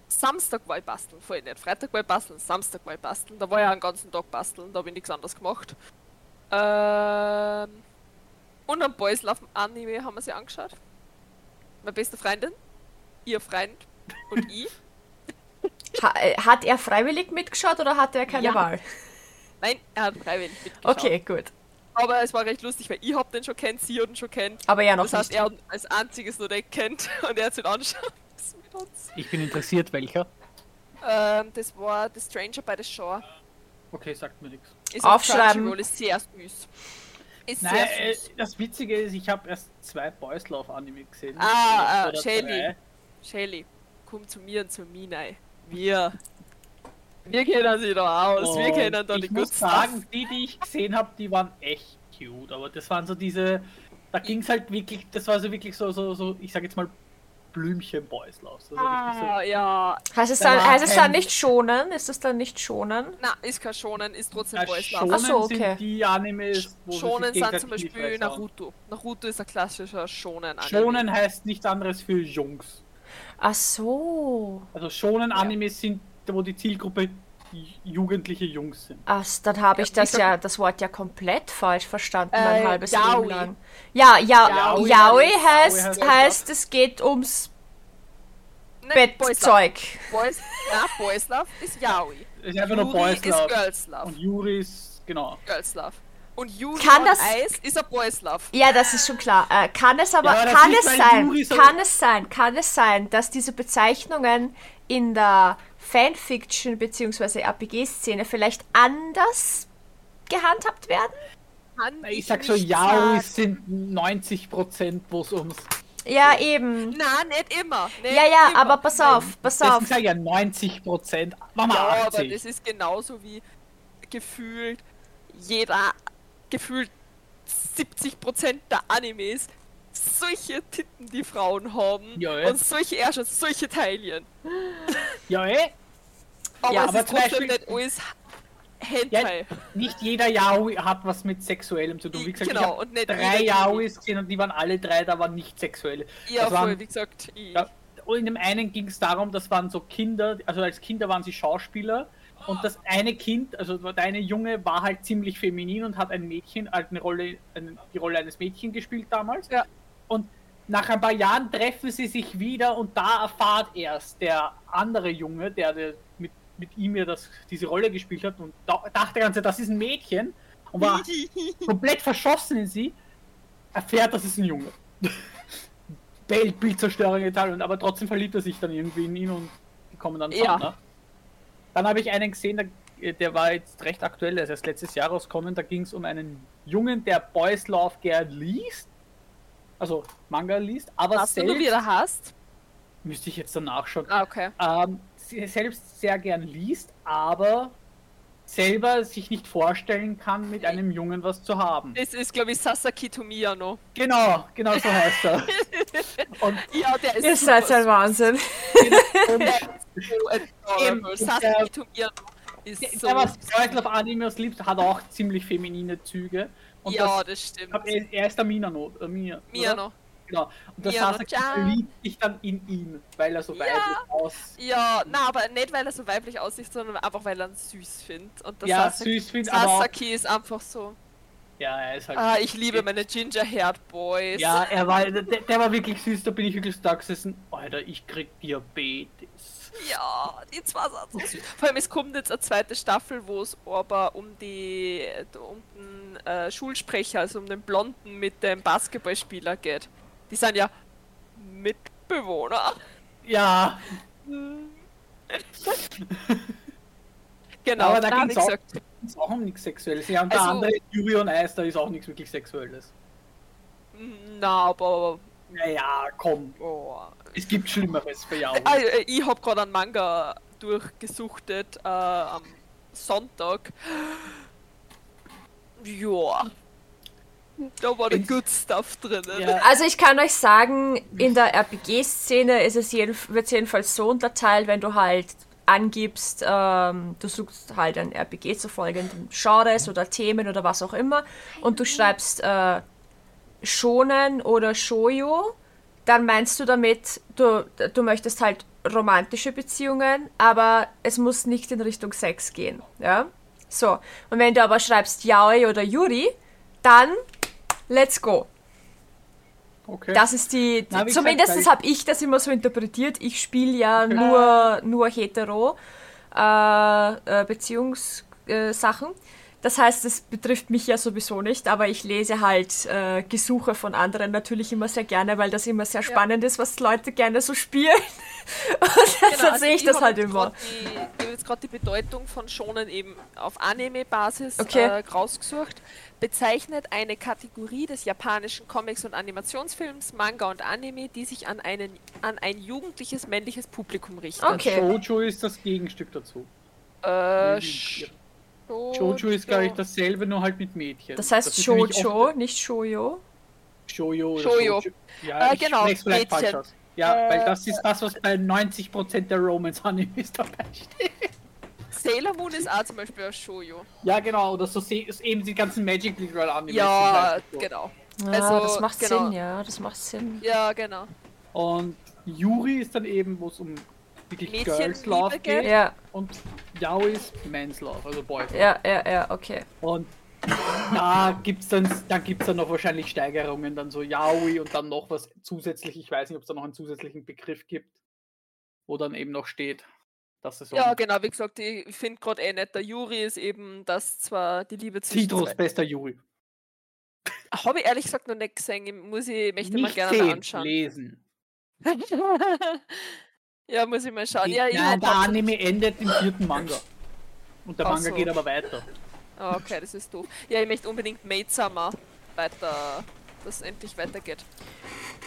B: Samstag war ich basteln, vorhin nicht. Freitag war ich basteln, Samstag war ich basteln. Da war ich auch den ganzen Tag basteln, da habe ich nichts anderes gemacht. Ähm, und am Boys Love Anime haben wir sie angeschaut. Meine beste Freundin, ihr Freund und ich.
A: Ha äh, hat er freiwillig mitgeschaut oder hatte er keine
B: Ja.
A: Wahl?
B: Nein, er hat freiwillig mitgeschaut.
A: Okay, gut.
B: Aber es war recht lustig, weil ich hab den schon kennt, sie hat ihn schon kennt.
A: Aber ja, noch
B: Das heißt,
A: nicht.
B: er hat als einziges nur den kennt und er hat sich anschauen müssen mit uns.
C: Ich bin interessiert, welcher.
B: Ähm, das war The Stranger by the Shore.
C: Okay, sagt mir nichts.
B: Ist auf
A: Aufschreiben.
B: Crunchyroll, Ist sehr süß. Ist
C: Nein,
B: sehr
C: äh,
B: süß.
C: das Witzige ist, ich habe erst zwei Boys Love Anime gesehen.
B: Ah,
C: Oder
B: ah, Shelly.
C: drei.
B: Shelly, komm zu mir und zu Minai. Wir. Wir kennen sie doch aus, wir
C: Und
B: kennen doch die
C: Oh, Ich muss
B: Good
C: sagen, die, die ich gesehen habe, die waren echt cute, aber das waren so diese, da ging es halt wirklich, das war so wirklich so, so, so ich sag jetzt mal, Blümchen-Boys los. Also richtig so,
B: Ah, ja.
A: Heißt es
C: Da
A: dann,
C: war
A: heißt es dann
C: kein-
A: nicht schonen? Ist es dann nicht schonen?
B: Na, ist kein Shonen, ist trotzdem
C: Ja,
B: Boys
C: Shonen
B: Love.
A: Ach so, okay.
C: sind die Animes, wo sie sich
B: Shonen sind
C: gegenseitig
B: zum
C: die
B: Beispiel
C: Fresse hauen.
B: Naruto. Naruto ist ein klassischer Shonen.
C: Shonen heißt nichts anderes für Jungs.
A: Ach so.
C: Also Shonen Animes sind, wo die Zielgruppe jugendliche Jungs sind.
A: Ach, dann habe ich
B: Ja,
A: das
B: ich
A: ja, das Wort ja komplett falsch verstanden, mein
B: Äh,
A: halbes
B: Yaoi.
A: Leben lang. Ja, ja,
C: Yaoi
A: Yaoi
C: heißt-
A: heißt,
C: Yaoi heißt-
A: heißt, es geht ums
B: Nein, Boys Love.
A: Bettzeug.
B: Boys, na, Boys Love ist Yaoi.
C: Es ist einfach nur
B: Yuri
C: Boys
B: ist
C: Love.
B: Girls Love.
C: Und Yuri ist, genau.
B: Girls Love. Und Yuri
A: Kann
B: und
A: das-
B: Eis ist ein Boys Love.
A: Ja, das ist schon klar. Äh, kann es aber,
C: Ja, aber das
A: kann
C: ist
A: es
C: bei
A: sein,
C: Yuri so-
A: kann es sein, kann es sein, dass diese Bezeichnungen in der Fanfiction bzw. RPG-Szene vielleicht anders gehandhabt werden?
B: Kann
C: Ich sag so,
B: nicht
C: Yaoi
B: sagen.
C: sind 90%, wo es ums.
A: Ja, eben.
B: Na, nicht immer. Nicht
A: Ja, ja,
B: immer.
A: aber pass auf, pass
C: Deswegen
A: auf.
C: sag ich ja 90%, Mama
B: Ja, aber
C: 80.
B: das ist genauso wie gefühlt jeder, gefühlt 70% der Animes solche Titten, die Frauen haben
C: Ja, ja.
B: und solche Ärsche, solche Teilchen.
C: Ja, eh?
B: Aber
A: Ja,
B: es
C: aber
B: ist
C: zum
B: trotzdem
C: Beispiel-
B: nicht alles
C: Ja,
B: Hentai.
C: nicht jeder Yaoi hat was mit Sexuellem zu tun. Wie gesagt,
B: Genau,
C: ich
B: und nicht
C: hab drei
B: jeder Yaoi.
C: Yaois gesehen und die waren alle drei, da waren nicht sexuelle.
B: Ja,
C: das
B: voll,
C: waren-
B: wie gesagt, ich,
C: Ja, und in dem einen ging es darum, das waren so Kinder, also als Kinder waren sie Schauspieler und das eine Kind, also der eine Junge, war halt ziemlich feminin und hat ein Mädchen, halt eine Rolle, eine, die Rolle eines Mädchen gespielt damals.
B: Ja.
C: Und nach ein paar Jahren treffen sie sich wieder und da erfahrt erst der andere Junge, der, der mit, mit ihm ja das, diese Rolle gespielt hat und da, dachte ganze, das ist ein Mädchen und war komplett verschossen in sie, erfährt, dass es ein Junge. Weltbildzerstörung getan und aber trotzdem verliebt er sich dann irgendwie in ihn und die kommen dann
B: Ja.
C: zusammen. Ne? Dann habe ich einen gesehen, der, der war jetzt recht aktuell, der ist erst letztes Jahr rausgekommen, da ging es um einen Jungen, der Boys Love gern liest. Also Manga liest, aber
B: hast du
C: selbst
B: nur wieder hast.
C: müsste ich jetzt danach schauen
B: Ah, okay.
C: ähm, se- selbst sehr gern liest, aber selber sich nicht vorstellen kann, mit einem Jungen was zu haben.
B: Das ist, glaube ich, Sasaki Tomiya noch.
C: Genau, genau so heißt er. Und,
B: Ja, der ist
A: Ihr
B: super
A: seid halt ein Wahnsinn.
C: und
B: so adorable.
C: Eben,
B: Sasaki Tomiya ist so...
C: der, was Girls Love Animes liebt, hat auch ziemlich feminine Züge. Und
B: ja,
C: das,
B: das, stimmt.
C: hab- er, er ist der Minano. Äh, Mia,
B: Mir
C: oder?
B: noch.
C: Genau. Und das
B: Minano
C: Sasaki
B: Chan.
C: verliebt sich dann in ihn, weil er so weiblich aus.
B: Ja, na, aber nicht weil er so weiblich aussieht, sondern einfach weil er ihn süß findet. Und das
C: Ja,
B: Sasaki,
C: süß findet, aber auch,
B: Sasaki ist einfach so.
C: ja, er ist halt.
B: Ah, ich liebe meine Ginger Haired Boys.
C: Ja, er war, der, der war wirklich süß, da bin ich wirklich da gesessen. Alter, ich krieg Diabetes.
B: ja die zwei sind so süß. Vor allem, es kommt jetzt eine zweite Staffel, wo es aber um die um den äh, Schulsprecher, also um den Blonden mit dem Basketballspieler geht. Die sind ja Mitbewohner.
C: Ja,
B: Genau,
C: aber da
B: da hab
C: ging's
B: ich
C: auch-
B: gesagt.
C: ist auch um nichts Sexuelles. Ja, und der
B: Also-
C: andere Yuri on Ice, da ist auch nichts wirklich Sexuelles.
B: "Mm, Na, aber.
C: Naja, komm.
B: Oh.
C: Es gibt Schlimmeres für Yaoi.
B: Ah, äh, ich hab gerade einen Manga durchgesuchtet äh, am Sonntag. Ja. Da war der Good Stuff drin.
C: Ja.
A: Also ich kann euch sagen, in der RPG-Szene ist es jedenf wird es jedenfalls so unterteilt, wenn du halt angibst, ähm, du suchst halt ein RPG zu folgenden Genres oder Themen oder was auch immer und du schreibst äh, Shonen oder Shoujo, dann meinst du damit, du, du möchtest halt romantische Beziehungen, aber es muss nicht in Richtung Sex gehen. Ja? So. Und wenn du aber schreibst Yaoi oder Yuri, dann let's go.
C: Okay.
A: Das ist die.
C: Na, wie gesagt, weil
A: Zumindest
C: ich-
A: habe ich das immer so interpretiert. Ich spiele ja nur, nur hetero äh, äh, Beziehungssachen. Das heißt, es betrifft mich ja sowieso nicht, aber ich lese halt äh, Gesuche von anderen natürlich immer sehr gerne, weil das immer sehr
B: Ja.
A: spannend ist, was Leute gerne so spielen. Und deshalb sehe ich das
B: Genau, also hab
A: halt
B: jetzt
A: immer.
B: grad die- Ich habe jetzt gerade die Bedeutung von Shonen eben auf Anime-Basis
A: Okay.
B: äh, rausgesucht. Bezeichnet eine Kategorie des japanischen Comics und Animationsfilms, Manga und Anime, die sich an, einen, an ein jugendliches männliches Publikum richtet.
A: Okay.
C: Jojo ist das Gegenstück dazu.
B: Äh,
C: Sch-
B: Jojo
C: Jojo Mhm. ist, glaube ich, dasselbe, nur halt mit Mädchen.
A: Das heißt
C: ist nämlich
A: Shoujo, nicht Shoujo.
C: oft Jojo oder
B: Jojo.
C: Jojo. Ja,
B: Äh,
C: ich
B: genau,
C: sprech's vielleicht
B: Mädchen.
C: falsch aus. Ja,
B: Äh,
C: weil das ist das, was bei 90% der Romance-Animes dabei steht.
B: Sailor Moon ist auch zum Beispiel ein Shoujo.
C: Ja, genau, oder so se- ist eben die ganzen Magic Little Animes.
B: Ja,
C: sind halt so.
B: genau.
A: Ah,
B: Also,
A: das macht
B: genau.
A: Sinn, ja, das macht Sinn.
B: Ja, genau.
C: Und Yuri ist dann eben, wo es um wirklich
B: Mädchen-
C: Girls Love
B: Liebe,
C: geht.
B: gell?
A: Ja,
C: Und Yaoi ist Men's Love, also Boy.
A: ja, ja, ja, okay.
C: Und da gibt's dann, da gibt's dann noch wahrscheinlich Steigerungen, dann so Yaoi und dann noch was zusätzlich. Ich weiß nicht, ob es da noch einen zusätzlichen Begriff gibt, wo dann eben noch steht, dass es
B: Ja,
C: um
B: genau, wie gesagt, ich finde gerade eh nicht. Der Yuri ist eben, dass zwar die Liebe zwischen
C: Citrus
B: zwei-
C: bester Yuri.
B: Habe ich ehrlich gesagt noch nicht gesehen. Ich Muss ich, möchte mal
C: Nicht
B: gerne
C: sehen,
B: mal anschauen.
C: lesen.
B: ja, muss ich mal schauen.
C: Die-
B: Ja, ich
C: ja,
B: hab
C: der
B: auch-
C: Anime endet im vierten Manga. Und der
B: Ach
C: Manga
B: so.
C: geht aber weiter.
B: Ah, okay, das ist doof. Ja, ich möchte unbedingt Maid Summer weiter, dass es endlich weitergeht.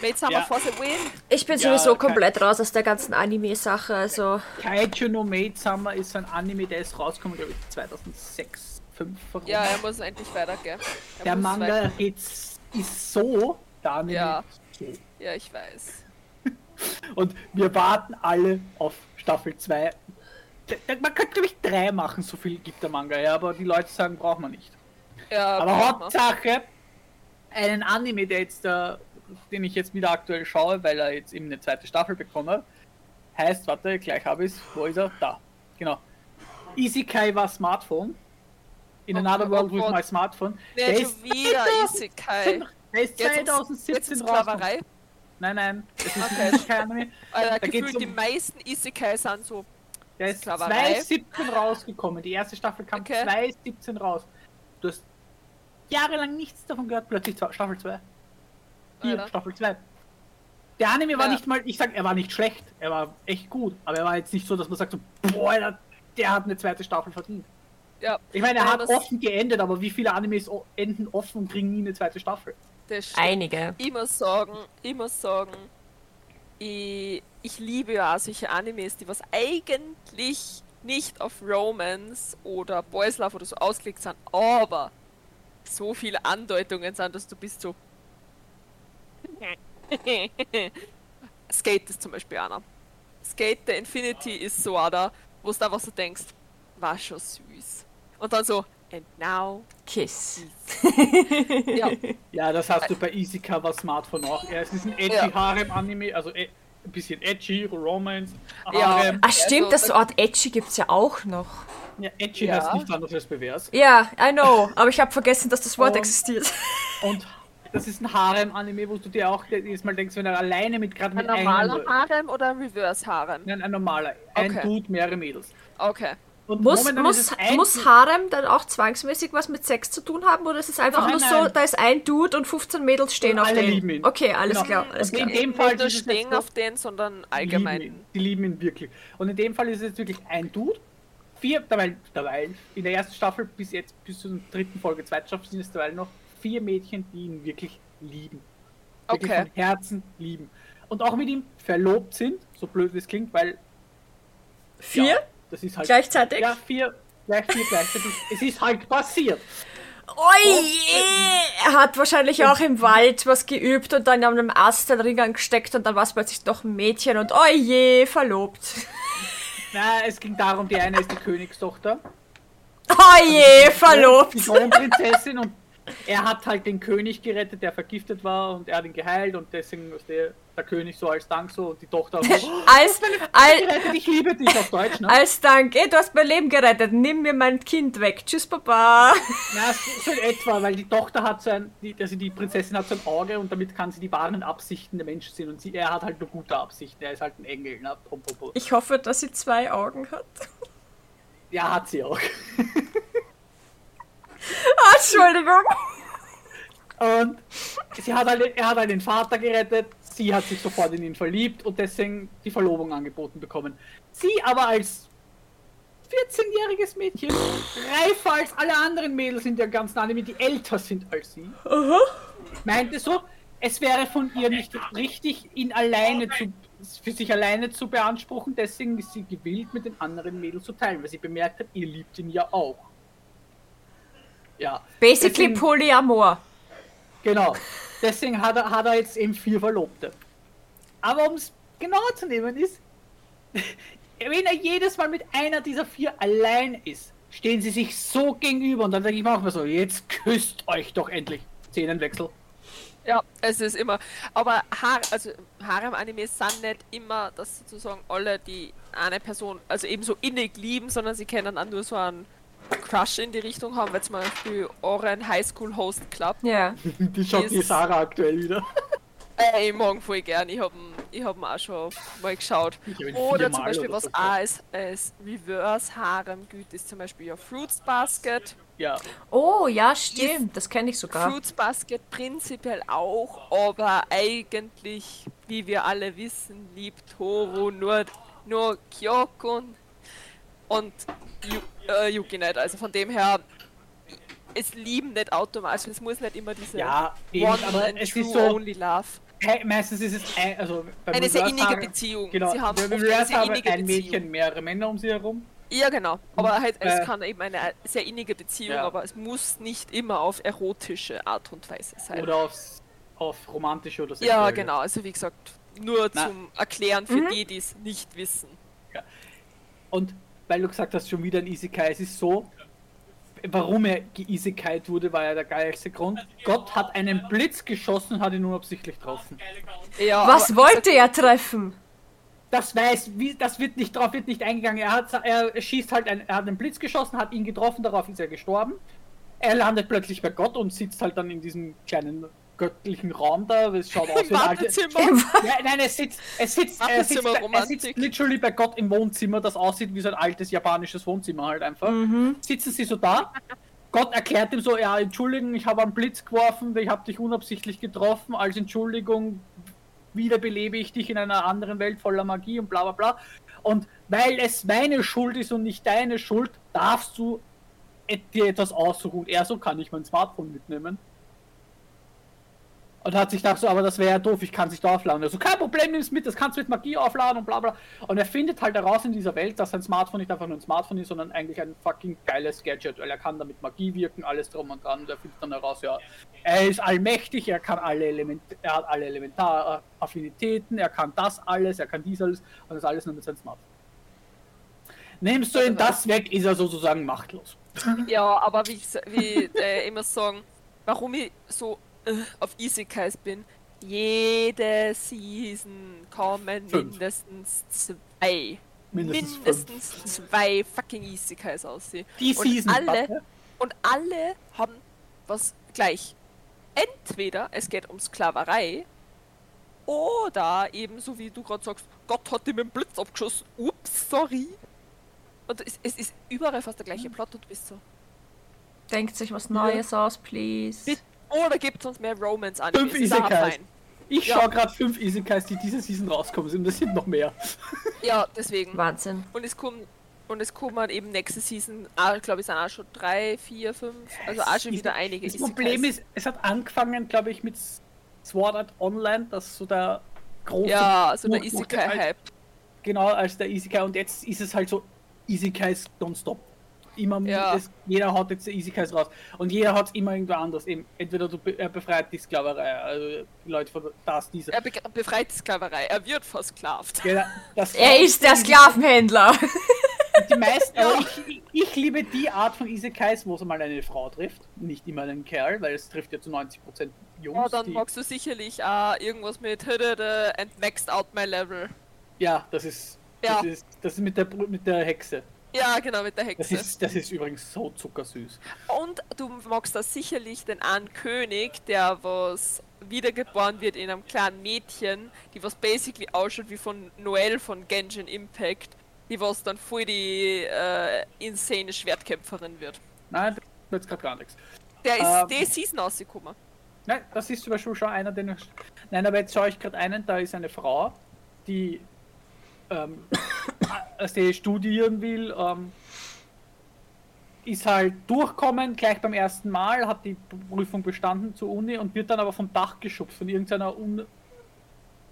B: Maid Summer
C: Ja.
B: for the win.
A: Ich bin
C: Ja,
A: sowieso
C: kein-
A: komplett raus aus der ganzen Anime-Sache, also
C: Kaiju no Maid Summer ist ein Anime, der ist rausgekommen, glaube ich, 2006, 5 herum.
B: Ja, er muss endlich weitergehen. Er
C: Der
B: muss
C: Manga
B: weiter-
C: geht's, ist so, der Anime
B: Ja.
C: ist so.
B: Ja, ich weiß.
C: Und wir warten alle auf Staffel 2. Man könnte, glaube ich, drei machen, so viel gibt der Manga, ja, aber die Leute sagen, braucht man nicht.
B: Ja,
C: Aber
B: braucht man.
C: Hauptsache, einen Anime, der jetzt, äh, den ich jetzt wieder aktuell schaue, weil er jetzt eben eine zweite Staffel bekomme, heißt, warte, gleich habe ich es, wo ist er? Da, genau. Isekai war Smartphone. In
B: Oh
C: another
B: Gott,
C: world
B: oh
C: with
B: Gott.
C: my Smartphone.
B: Nee,
C: der
B: schon wieder Isekai.
C: Der ist
B: Jetzt ums- jetzt
C: 2017
B: ums
C: raus.
B: Sklaverei.
C: Nein, nein, das ist
B: Okay.
C: ein Isekai-Anime.
B: Alter,
C: Da geht's
B: gefühlt die
C: um-
B: meisten Isekai sind so.
C: Der ist
B: Sklaverei.
C: 2017 rausgekommen. Die erste Staffel kam
B: Okay.
C: 2017 raus. Du hast jahrelang nichts davon gehört. Plötzlich zwei- Staffel 2. Hier,
B: Alter.
C: Staffel 2. Der Anime war
B: Ja.
C: nicht mal, ich sag, er war nicht schlecht. Er war echt gut. Aber er war jetzt nicht so, dass man sagt, so, boah, Alter, der hat eine zweite Staffel verdient.
B: Ja,
C: Ich meine, er
B: Ja,
C: hat
B: das-
C: offen geendet, aber wie viele Animes o- enden offen und kriegen nie eine zweite Staffel?
B: das stimmt.
A: einige.
B: Ich muss sagen, ich muss sagen, ich, ich liebe ja auch solche Animes, die was eigentlich nicht auf Romance oder Boys Love oder so ausgelegt sind, aber so viele Andeutungen sind, dass du bist so. Skate ist zum Beispiel einer. Skate the Infinity ist so einer, wo du einfach so denkst, war schon süß. Und dann so, and now
A: Kiss.
B: ja,
C: Ja, das hast du bei Easy Cover Smartphone auch. Ja, es ist ein edgy
B: Ja.
C: Harem-Anime, also e ein bisschen edgy, Romance,
B: Ja.
C: Harem.
A: Ach stimmt,
B: Also,
A: das
B: da-
A: Wort Edgy gibt's ja auch noch.
C: Ja, edgy
B: Ja.
C: heißt nichts anderes als pervers.
A: Ja, I know, aber ich habe vergessen, dass das Wort
C: Und-
A: existiert.
C: Und das ist ein Harem-Anime, wo du dir auch jedes Mal denkst, wenn er alleine mit gerade
B: ein
C: mit
B: normaler
C: einem...
B: Harem oder ein Reverse Harem?
C: Nein, ein normaler. Ein
B: Okay.
C: Dude, mehrere Mädels.
B: Okay.
C: Und
A: Muss,
C: momentan
A: muss,
C: ist es ein
A: muss
C: Dude-
A: Harem dann auch zwangsmäßig was mit Sex zu tun haben oder ist es einfach
C: Nein,
A: nur so,
C: nein.
A: da ist ein Dude und 15 Mädels stehen
C: Und
A: auf
C: alle
A: dem?
C: lieben ihn.
A: Okay, alles
C: Genau.
A: klar, alles
C: Und
A: klar.
C: in dem
B: Fall
C: Fall
B: nicht nur
C: ist es
B: stehen
C: jetzt so-
B: auf den, sondern
C: Die lieben,
B: allgemein.
C: ihn. die lieben ihn wirklich. Und in dem Fall ist es jetzt wirklich ein Dude, vier, dabei, dabei in der ersten Staffel bis jetzt, bis zur dritten Folge, zweiten Staffel sind es dabei noch vier Mädchen, die ihn wirklich lieben. Wirklich
B: Okay.
C: von Herzen lieben. Und auch mit ihm verlobt sind, so blöd wie es klingt, weil
A: Vier?
C: ja, das ist halt.
A: Gleichzeitig?
C: Ja, vier, gleich vier gleichzeitig. es ist halt passiert.
A: Oje! Er hat wahrscheinlich auch im Wald was geübt und dann an einem Ast den Ring angesteckt und dann war es plötzlich doch ein Mädchen und oje, verlobt.
C: Na, es ging darum, die eine ist die Königstochter.
A: Oje,
C: Die
A: verlobt.
C: Kronprinzessin und er hat halt den König gerettet, der vergiftet war und er hat ihn geheilt und deswegen ist der, der König so als Dank so und die Tochter so, "Oh,
A: Als, als,
C: gerettet, ich liebe dich auf Deutsch, ne?
A: als Dank, ey, du hast mein Leben gerettet, nimm mir mein Kind weg. Tschüss, Papa.
C: Na, so so in etwa, weil die Tochter hat so ein, die, also die Prinzessin hat so ein Auge und damit kann sie die wahren Absichten der Menschen sehen und sie, er hat halt nur gute Absichten, er ist halt ein Engel, ne? Pum, pum, pum.
A: Ich hoffe, dass sie zwei Augen hat.
C: Ja, hat sie auch.
A: Ah, Entschuldigung.
C: Und sie hat halt, er hat halt den Vater gerettet, sie hat sich sofort in ihn verliebt und deswegen die Verlobung angeboten bekommen. Sie aber als 14-jähriges Mädchen, reifer als alle anderen Mädels in der ganzen Anime, die älter sind als sie, meinte so, es wäre von ihr nicht richtig, ihn alleine zu, für sich alleine zu beanspruchen, deswegen ist sie gewillt, mit den anderen Mädels zu teilen, weil sie bemerkt hat, ihr liebt ihn ja auch. Ja.
A: Basically
C: deswegen-
A: Polyamor.
C: Genau. Deswegen hat er, hat er jetzt eben vier Verlobte. Aber um es genauer zu nehmen ist, wenn er jedes Mal mit einer dieser vier allein ist, stehen sie sich so gegenüber und dann denke ich mir auch mal so, jetzt küsst euch doch endlich. Szenenwechsel.
B: Ja, es ist immer. Aber Har also Harem-Animes sind nicht immer, dass sozusagen alle die eine Person, also eben so innig lieben, sondern sie können auch nur so einen Crush in die Richtung haben, weil zum Beispiel Oren High School Host Club.
A: Ja.
C: Die
B: schaut die Sarah
C: aktuell wieder.
B: Äh, ich mag voll gern, ich habe ich hab ihn auch schon mal geschaut.
C: Ich hab ihn
B: Oder zum
C: viermal
B: Beispiel,
C: oder
B: was
C: so
B: auch ist, ist Reverse Harem gut ist, zum Beispiel ja Fruits Basket.
C: Ja.
A: Oh, ja, stimmt. Das kenne ich sogar.
B: Fruits Basket prinzipiell auch, aber eigentlich, wie wir alle wissen, liebt Toru nur, nur Kyokun und Yu, äh, Yuki nicht. Also von dem her, es lieben nicht automatisch, es muss nicht immer diese
C: Ja, eben,
B: One
C: aber
B: and
C: es
B: True
C: ist so,
B: Only Love.
C: hey, meistens ist es ein, also beim
B: Eine sehr
C: Reverse
B: innige
C: haben-
B: Beziehung.
C: Genau,
B: Sie haben
C: beim
B: oft eine
C: Reverse
B: sehr
C: haben
B: innige
C: ein Mädchen
B: Beziehung.
C: mehrere Männer um sie herum.
B: Ja, genau. Aber halt, es
C: Äh.
B: kann eben eine sehr innige Beziehung,
C: Ja.
B: aber es muss nicht immer auf erotische Art und Weise sein.
C: Oder aufs, auf romantische oder
B: Ja,
C: sexuelle.
B: genau. Also wie gesagt, nur
C: Na.
B: zum Erklären für die, die es nicht wissen.
C: Und weil du gesagt hast, schon wieder ein Isekai, es ist so, warum er geisekait wurde, war ja der geilste Grund. Gott hat einen Blitz geschossen und hat ihn unabsichtlich getroffen.
B: Ja,
A: Was
B: aber-
A: wollte er treffen?
C: Das weiß, wie, das wird nicht drauf, wird nicht eingegangen. Er hat, er schießt halt, ein, er hat einen Blitz geschossen, hat ihn getroffen, darauf ist er gestorben. Er landet plötzlich bei Gott und sitzt halt dann in diesem kleinen göttlichen Raum da. Es schaut aus wie
B: Im
C: ein alter,
B: Wartezimmer.
C: Ja, nein, es sitzt, es sitzt, er sitzt,
B: Wartezimmer,
C: er sitzt
B: Romantik.
C: literally bei Gott im Wohnzimmer, das aussieht wie so ein altes japanisches Wohnzimmer halt einfach. Sitzen sie so da, Gott erklärt ihm so, ja, Entschuldigung, ich habe einen Blitz geworfen, ich habe dich unabsichtlich getroffen, als Entschuldigung wiederbelebe ich dich in einer anderen Welt voller Magie und bla bla bla. Und weil es meine Schuld ist und nicht deine Schuld, darfst du et- äh, dir etwas aussuchen. Und er so kann ich mein Smartphone mitnehmen. Und hat sich gedacht, so, aber das wäre ja doof, ich kann es nicht aufladen. Also kein Problem, nimm's mit, das kannst du mit Magie aufladen und bla bla. Und er findet halt heraus in dieser Welt, dass sein Smartphone nicht einfach nur ein Smartphone ist, sondern eigentlich ein fucking geiles Gadget, weil er kann damit Magie wirken, alles drum und dran. Und er findet dann heraus, ja, er ist allmächtig, er kann alle Element, er hat alle Elementar-Affinitäten, er kann das alles, er kann dies alles und das alles nur mit seinem Smartphone. Nimmst du ihm das weg, ist er sozusagen machtlos.
B: Ja, aber wie ich sa- wie, äh, immer sagen, warum ich so äh, auf Isekais bin, jede Season kommen
C: Fünf.
B: mindestens zwei.
C: Mindestens
B: Mindestens,
C: fünf.
B: zwei fucking Isekais aussehen.
C: Die
B: und
C: Season,
B: alle,
C: warte.
B: Und alle haben was gleich. Entweder es geht um Sklaverei oder eben so wie du gerade sagst, Gott hat ihm mit dem Blitz abgeschossen. Ups, sorry. Und es, es ist überall fast der
C: Mhm.
B: gleiche Plot und du bist so.
A: Denkt sich was Neues aus, please.
B: Bitte. Oder gibt uns mehr Romance an?
C: Fünf Isekais. Ich
B: Ja.
C: schaue gerade fünf Isekais, die diese Season rauskommen sind. Das sind noch mehr.
B: Ja, deswegen.
A: Wahnsinn.
B: Und es kommen und es kommen eben nächste Season, glaube ich, sind auch schon drei, vier, fünf, also auch schon wieder einige.
C: Das Problem
B: Isekais.
C: ist, es hat angefangen, glaube ich, mit Sword Art Online, das so der große.
B: ja, so der
C: Durchbruch halt-
B: Isekai-Hype.
C: Genau, als der Isekai. Und jetzt ist es halt so, Isekais nonstop. Immer,
B: Ja.
C: es, jeder haut jetzt Isekais raus. Und jeder hat es immer irgendwo anders. Eben, entweder du be er befreit die Sklaverei, also die Leute von das, diese.
B: Er be befreit die Sklaverei, er wird versklavt.
C: Genau, das
A: Er ist der Sklavenhändler.
C: die meisten. Aber ich, ich liebe die Art von Isekais, wo es mal eine Frau trifft. Nicht immer einen Kerl, weil es trifft ja zu 90% Jungs.
B: Ja, dann
C: die,
B: magst du sicherlich auch irgendwas mit "Hüdede and maxed out my level.
C: ja das ist. Das,
B: Ja.
C: ist, das ist mit der, Br- mit der Hexe.
B: Ja, genau, mit der
C: Das
B: Hexe.
C: ist, das ist übrigens so zuckersüß.
B: Und du magst da sicherlich den einen König, der was wiedergeboren wird in einem kleinen Mädchen, die was basically ausschaut wie von Noelle von Genshin Impact, die was dann voll die äh, insane Schwertkämpferin wird.
C: Nein, mir jetzt gerade gar nichts.
B: Der ist,
C: Ähm.
B: der ist Season rausgekommen.
C: Nein, das ist zum Beispiel schon einer, den ich... Nein, aber jetzt schaue ich gerade einen, da ist eine Frau, die ähm, als die studieren will, ähm, ist halt durchkommen, gleich beim ersten Mal, hat die Prüfung bestanden zur Uni und wird dann aber vom Dach geschubst von irgendeiner Un...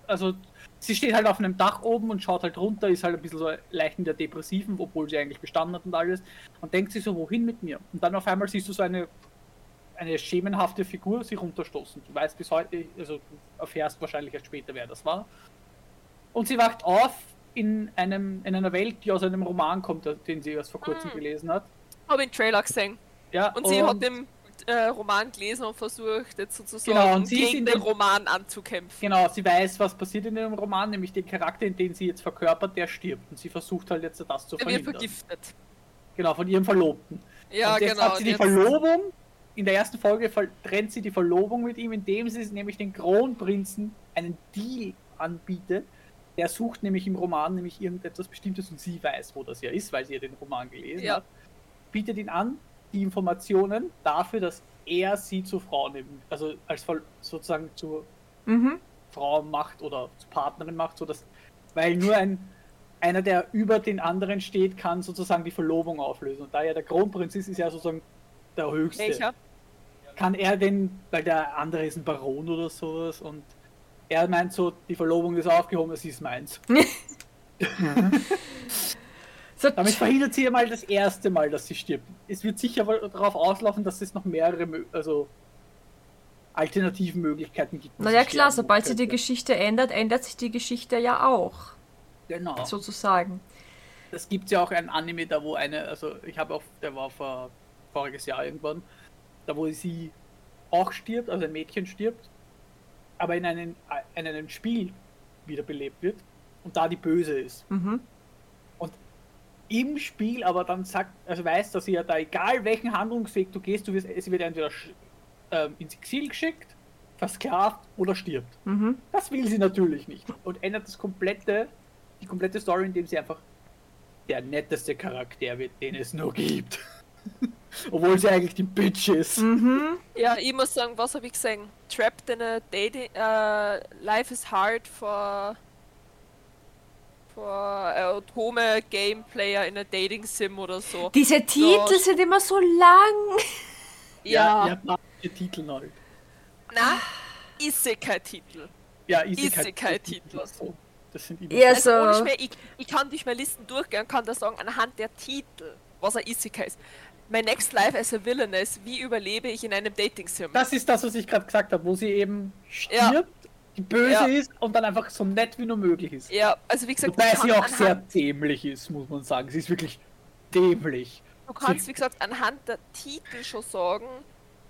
C: Also sie steht halt auf einem Dach oben und schaut halt runter, ist halt ein bisschen so leicht in der Depressiven, obwohl sie eigentlich bestanden hat und alles und denkt sich so, wohin mit mir? Und dann auf einmal siehst du so eine eine schemenhafte Figur sich runterstoßen. Du weißt bis heute, also du erfährst wahrscheinlich erst später, wer das war. Und sie wacht auf in, einem, in einer Welt, die aus einem Roman kommt, den sie erst vor kurzem gelesen hat.
B: Habe den Trailer gesehen.
C: Ja,
B: Ah. Und, sie hat den äh, Roman gelesen und versucht jetzt sozusagen
C: Genau, und sie ist
B: gegen
C: in
B: den
C: dem-
B: Roman anzukämpfen.
C: Genau, sie weiß, was passiert in dem Roman, nämlich den Charakter, in den sie jetzt verkörpert, der stirbt. Und sie versucht halt jetzt das zu
B: Er wird
C: verhindern.
B: vergiftet.
C: Genau, von ihrem Verlobten.
B: Ja,
C: und jetzt
B: genau.
C: hat sie
B: und
C: die
B: jetzt-
C: Verlobung. In der ersten Folge ver- trennt sie die Verlobung mit ihm, indem sie nämlich den Kronprinzen einen Deal anbietet. Der sucht nämlich im Roman nämlich irgendetwas Bestimmtes und sie weiß, wo das ja ist, weil sie ja den Roman gelesen
B: Ja.
C: hat. Bietet ihn an, die Informationen dafür, dass er sie zur Frau nimmt, also als Ver- sozusagen zur
A: Mhm.
C: Frau macht oder zur Partnerin macht, so dass, weil nur ein einer, der über den anderen steht, kann sozusagen die Verlobung auflösen. Und da ja der Kronprinz ist, ist ja sozusagen der höchste.
B: Welcher?
C: Kann er den, weil der andere ist ein Baron oder sowas und er meint so, die Verlobung ist aufgehoben, sie ist meins.
A: So,
C: Damit verhindert sie ja mal das erste Mal, dass sie stirbt. Es wird sicher wohl darauf auslaufen, dass es noch mehrere, mö- also alternativen Möglichkeiten gibt. wie
A: naja,
C: sie
A: klar,
C: sterben
A: sobald sie die
C: könnte.
A: Geschichte ändert, ändert sich die Geschichte ja auch,
C: genau.
A: sozusagen.
C: Es gibt ja auch einen Anime, da wo eine, also ich habe auch, der war vor voriges Jahr irgendwann, da wo sie auch stirbt, also ein Mädchen stirbt, aber in einem, in einem Spiel wiederbelebt wird und da die Böse ist.
A: Mhm.
C: Und im Spiel aber dann sagt, also weiß, dass sie ja da, egal welchen Handlungsweg du gehst, du wirst, sie wird entweder sch- ähm, ins Exil geschickt, versklavt oder stirbt.
A: Mhm.
C: Das will sie natürlich nicht. Und ändert das komplette, die komplette Story, indem sie einfach der netteste Charakter wird, den es nur gibt. Obwohl sie eigentlich die Bitch ist.
A: Mhm.
B: Ja, ich muss sagen, was habe ich gesehen? Trapped in a dating. Äh, life is hard for. for a home game player in a dating sim oder so.
A: Diese Titel
B: So.
A: sind immer so lang.
B: ja.
C: japanische Titel halt.
B: Na, ist sie kein Titel.
C: Ja,
B: Isekai-Titel.
C: So, Das sind
A: Ja,
C: Isekai.
A: so.
B: Also, ohne Schmäh, ich, ich kann durch meine Listen durchgehen und kann da sagen, anhand der Titel, was ein Isekai ist. My next life as a villainess, wie überlebe ich in einem Dating-Sim?
C: Das ist das, was ich gerade gesagt habe, wo sie eben
B: Ja.
C: stirbt, die böse
B: Ja.
C: ist und dann einfach so nett wie nur möglich ist.
B: Ja, also wie gesagt,
C: Wobei
B: kann
C: sie auch
B: anhand-
C: sehr dämlich ist, muss man sagen. Sie ist wirklich dämlich.
B: du kannst, wie gesagt, anhand der Titel schon sagen,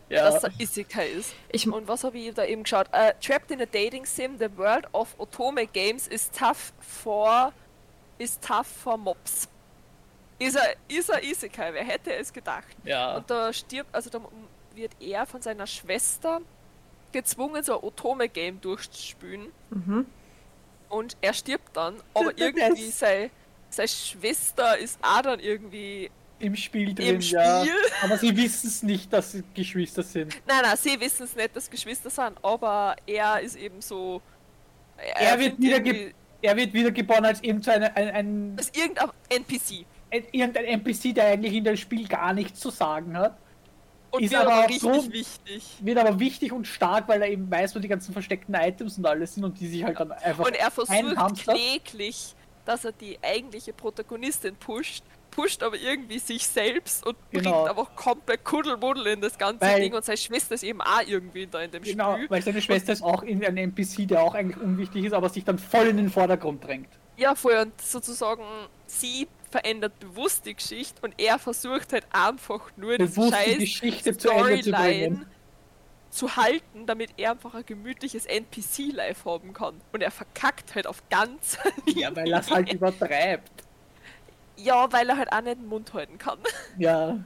C: Ja.
B: dass er Isekai ist.
A: Ich,
B: Und was habe ich da eben geschaut? Äh, Trapped in a Dating Sim, the world of Otome Games is tough for is tough for mobs. Ist er, ist er Isekai, wer hätte es gedacht?
C: ja.
B: Und da stirbt, also da wird er von seiner Schwester gezwungen, so ein Otome-Game durchzuspülen. Und er stirbt dann, aber
C: Das-
B: irgendwie sei, seine Schwester ist auch dann irgendwie.
C: Im Spiel drin,
B: Im
C: ja.
B: Spiel.
C: Aber sie wissen es nicht, dass sie Geschwister sind.
B: Nein, nein, sie wissen es nicht, dass Geschwister sind, aber er ist eben so.
C: Er, wird
B: findet
C: wiederge
B: irgendwie-
C: er wird wiedergeboren als eben so eine, ein, ein,
B: Als irgendein NPC.
C: ein, Äh, irgendein NPC, der eigentlich in dem Spiel gar nichts zu sagen hat.
B: Und
C: Ist
B: wird
C: aber
B: aber,
C: auch
B: richtig
C: so-
B: wichtig.
C: Wird aber wichtig und stark, weil er eben weiß, wo die ganzen versteckten Items und alles sind und die sich halt dann einfach
B: Und er versucht
C: Hamster.
B: kläglich, dass er die eigentliche Protagonistin pusht, pusht aber irgendwie sich selbst und
C: Genau.
B: bringt aber komplett Kuddelmuddel in das ganze
C: Weil-
B: Ding und seine Schwester ist eben auch irgendwie da in dem
C: Genau,
B: Spiel.
C: weil seine Schwester ist auch in ein NPC, der auch eigentlich unwichtig ist, aber sich dann voll in den Vordergrund drängt.
B: Ja, voll und sozusagen sie verändert bewusst die Geschichte und er versucht halt einfach nur den
C: Bewusst die
B: Scheiß
C: Geschichte zu Ende zu
B: Storyline
C: bringen.
B: zu halten, damit er einfach ein gemütliches NPC-Life haben kann. Und er verkackt halt auf ganz.
C: Ja, weil er es halt übertreibt.
B: ja, weil er halt auch nicht den Mund halten kann.
C: Ja.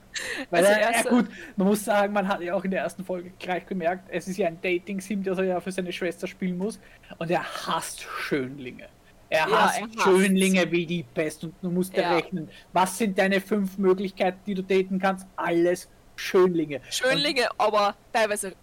C: Weil
B: Also
C: er,
B: er
C: ja
B: ist-
C: gut, man muss sagen, man hat ja auch in der ersten Folge gleich gemerkt, es ist ja ein Dating-Sim, das er ja für seine Schwester spielen muss. Und er hasst Schönlinge. Er
B: Ja,
C: hasst
B: er hasst's.
C: Schönlinge wie die Pest und du musst ja.
B: Ja.
C: rechnen. Was sind deine fünf Möglichkeiten, die du daten kannst? Alles Schönlinge.
B: Schönlinge, aber teilweise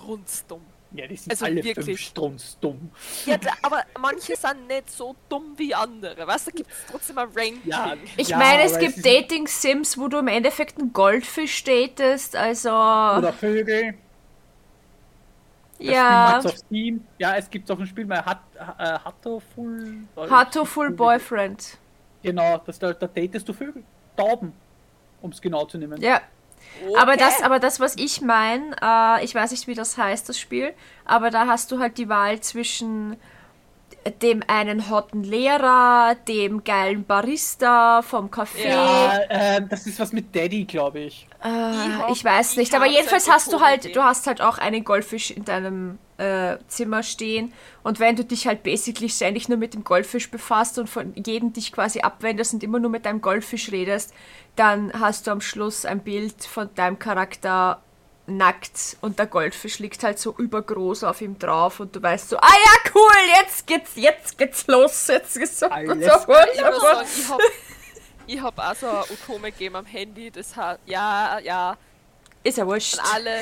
B: strunzdumm.
C: Ja, die sind
B: Also
C: alle fünf
B: wirklich.
C: strunzdumm.
B: Ja, da- aber manche sind nicht so dumm wie andere. Weißt du, da gibt es trotzdem ein Ranking.
C: Ja,
A: Ich
C: ja,
A: meine, es
C: aber
A: gibt
C: ist-
A: Dating-Sims, wo du im Endeffekt einen Goldfisch datest, also.
C: Oder Vögel.
A: ja.
C: Das Spiel macht's auf Steam. Ja, es gibt auch ein Spiel, mal Hat, äh, Hatoful.
A: Hatoful Boyfriend.
C: Genau, das, da, da datest du Vögel. Tauben, um es genau zu nehmen.
A: Ja.
B: Okay.
A: Aber das, aber das, was ich meine, äh, ich weiß nicht, wie das heißt, das Spiel, aber da hast du halt die Wahl zwischen dem einen hotten Lehrer, dem geilen Barista vom Café.
B: Ja.
C: ähm, das ist was mit Daddy, glaube ich.
A: Äh,
B: hab-
A: ich weiß
B: ich
A: nicht, aber
B: hab's
A: jedenfalls
B: halt
A: hast du halt,
B: gefunden.
A: du hast halt auch einen Goldfisch in deinem äh, Zimmer stehen und wenn du dich halt basically ständig nur mit dem Goldfisch befasst und von jedem dich quasi abwendest und immer nur mit deinem Goldfisch redest, dann hast du am Schluss ein Bild von deinem Charakter nackt und der Goldfisch liegt halt so übergroß auf ihm drauf und du weißt so, ah ja, cool, jetzt geht's, jetzt geht's los, jetzt geht's so.
C: Alles
A: so
C: klar.
A: gut,
B: Ich
A: so
B: muss
A: gut.
B: sagen, ich hab, ich hab auch so ein Utome-Game am Handy. Das hat, ja, ja,
A: Ist ja wurscht.
B: Und alle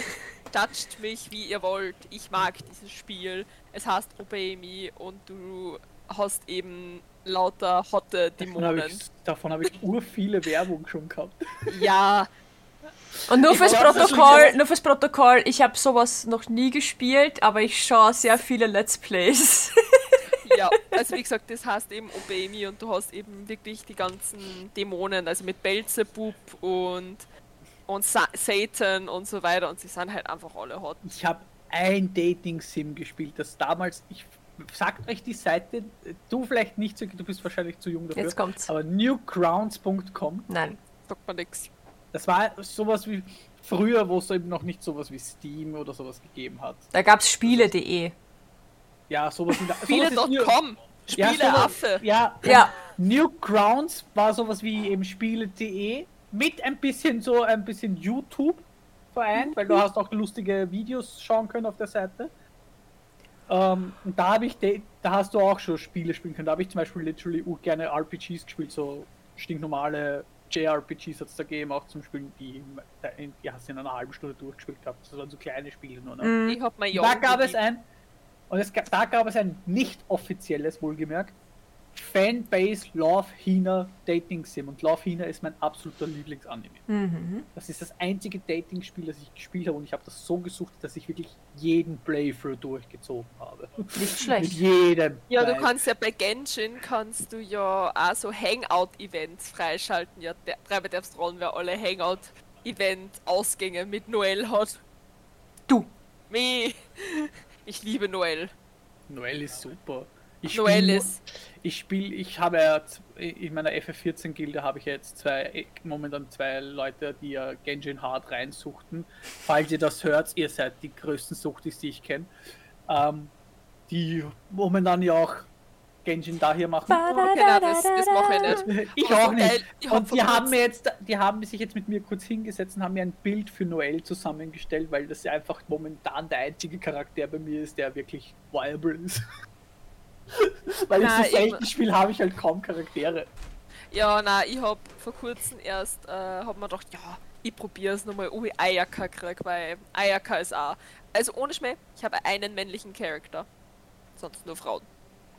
B: toucht mich, wie ihr wollt. Ich mag dieses Spiel. Es heißt Obey Me und du hast eben lauter hotte
C: Davon habe
B: Dämonen.
C: ich, davon hab ich ur viele Werbung schon gehabt.
B: Ja,
A: Und nur fürs
B: glaub, das
A: Protokoll,
B: ist-
A: nur fürs Protokoll, ich habe sowas noch nie gespielt, aber ich schaue sehr viele Let's Plays.
B: ja. Also wie gesagt, das heißt eben Obey Me und du hast eben wirklich die ganzen Dämonen, also mit Belzebub und und Sa Satan und so weiter und sie sind halt einfach alle hot.
C: Ich habe ein Dating-Sim gespielt, das damals, ich sagt euch die Seite, du vielleicht nicht, so- du bist wahrscheinlich zu jung dafür.
A: Jetzt kommt's.
C: Aber newgrounds.com,
A: Nein.
B: Sagt man nix.
C: das war sowas wie früher, wo es eben noch nicht sowas wie Steam oder sowas gegeben hat.
A: Da gab's Spiele.de.
C: Ja, sowas in der sowas ist New-
B: Spiele.com
C: Ja,
B: Spieleaffe.
C: sowas- Ja,
A: Ja.
C: Newgrounds war sowas wie eben Spiele.de mit ein bisschen so ein bisschen YouTube vereint, weil du hast auch lustige Videos schauen können auf der Seite. Ähm, und da habe ich, de- da hast du auch schon Spiele spielen können. Da habe ich zum Beispiel literally ur gerne RPGs gespielt, so stinknormale JRPGs hat es da gegeben, auch zum Spielen, die, die, die hast du in einer halben Stunde durchgespielt gehabt. Das waren so kleine Spiele nur. Ne?
B: Ich hab mein
C: Da
B: Jahr
C: gab es
B: geliebt.
C: ein, und es gab, da gab es ein nicht offizielles, wohlgemerkt, Fanbase Love Hina Dating Sim. Und Love Hina ist mein absoluter Lieblingsanime. Das ist das einzige Dating-Spiel, das ich gespielt habe und ich habe das so gesucht, dass ich wirklich jeden Playthrough durchgezogen habe.
A: Nicht
C: Mit
A: schlecht.
C: jedem.
B: Ja, du
C: Teil.
B: kannst ja bei Genshin kannst du ja auch so Hangout-Events freischalten. Ja, der Treiber der Rollen, wer alle Hangout-Event-Ausgänge mit Noel hat.
A: Du.
B: Me. Ich liebe Noel.
C: Noel ist super. Ich
B: Noel
C: spiel nur-
B: ist-
C: Ich spiele, ich habe ja z- in meiner FF14-Gilde habe ich ja jetzt zwei, äh, momentan zwei Leute, die ja Genshin Hard reinsuchten. Falls ihr das hört, ihr seid die größten Suchtis, die ich kenne. Ähm, die momentan ja auch Genshin daher machen.
B: Okay, na, das, das mache ich nicht.
C: Ich
B: Aber
C: auch
B: so
C: nicht.
B: geil, ich hab
C: Und die
B: vor
C: haben
B: kurzem-
C: mir jetzt, die haben sich jetzt mit mir kurz hingesetzt und haben mir ein Bild für Noel zusammengestellt, weil das ja einfach momentan der einzige Charakter bei mir ist, der wirklich viable ist. weil
B: Na,
C: ich so selten
B: eben.
C: spiele, habe ich halt kaum Charaktere.
B: Ja, na, ich hab vor kurzem erst, äh, hab mir gedacht, ja, ich probier's nochmal, ob ich Ayaka krieg, weil Ayaka ist auch. Also ohne Schmäh, ich habe einen männlichen Charakter. Sonst nur Frauen.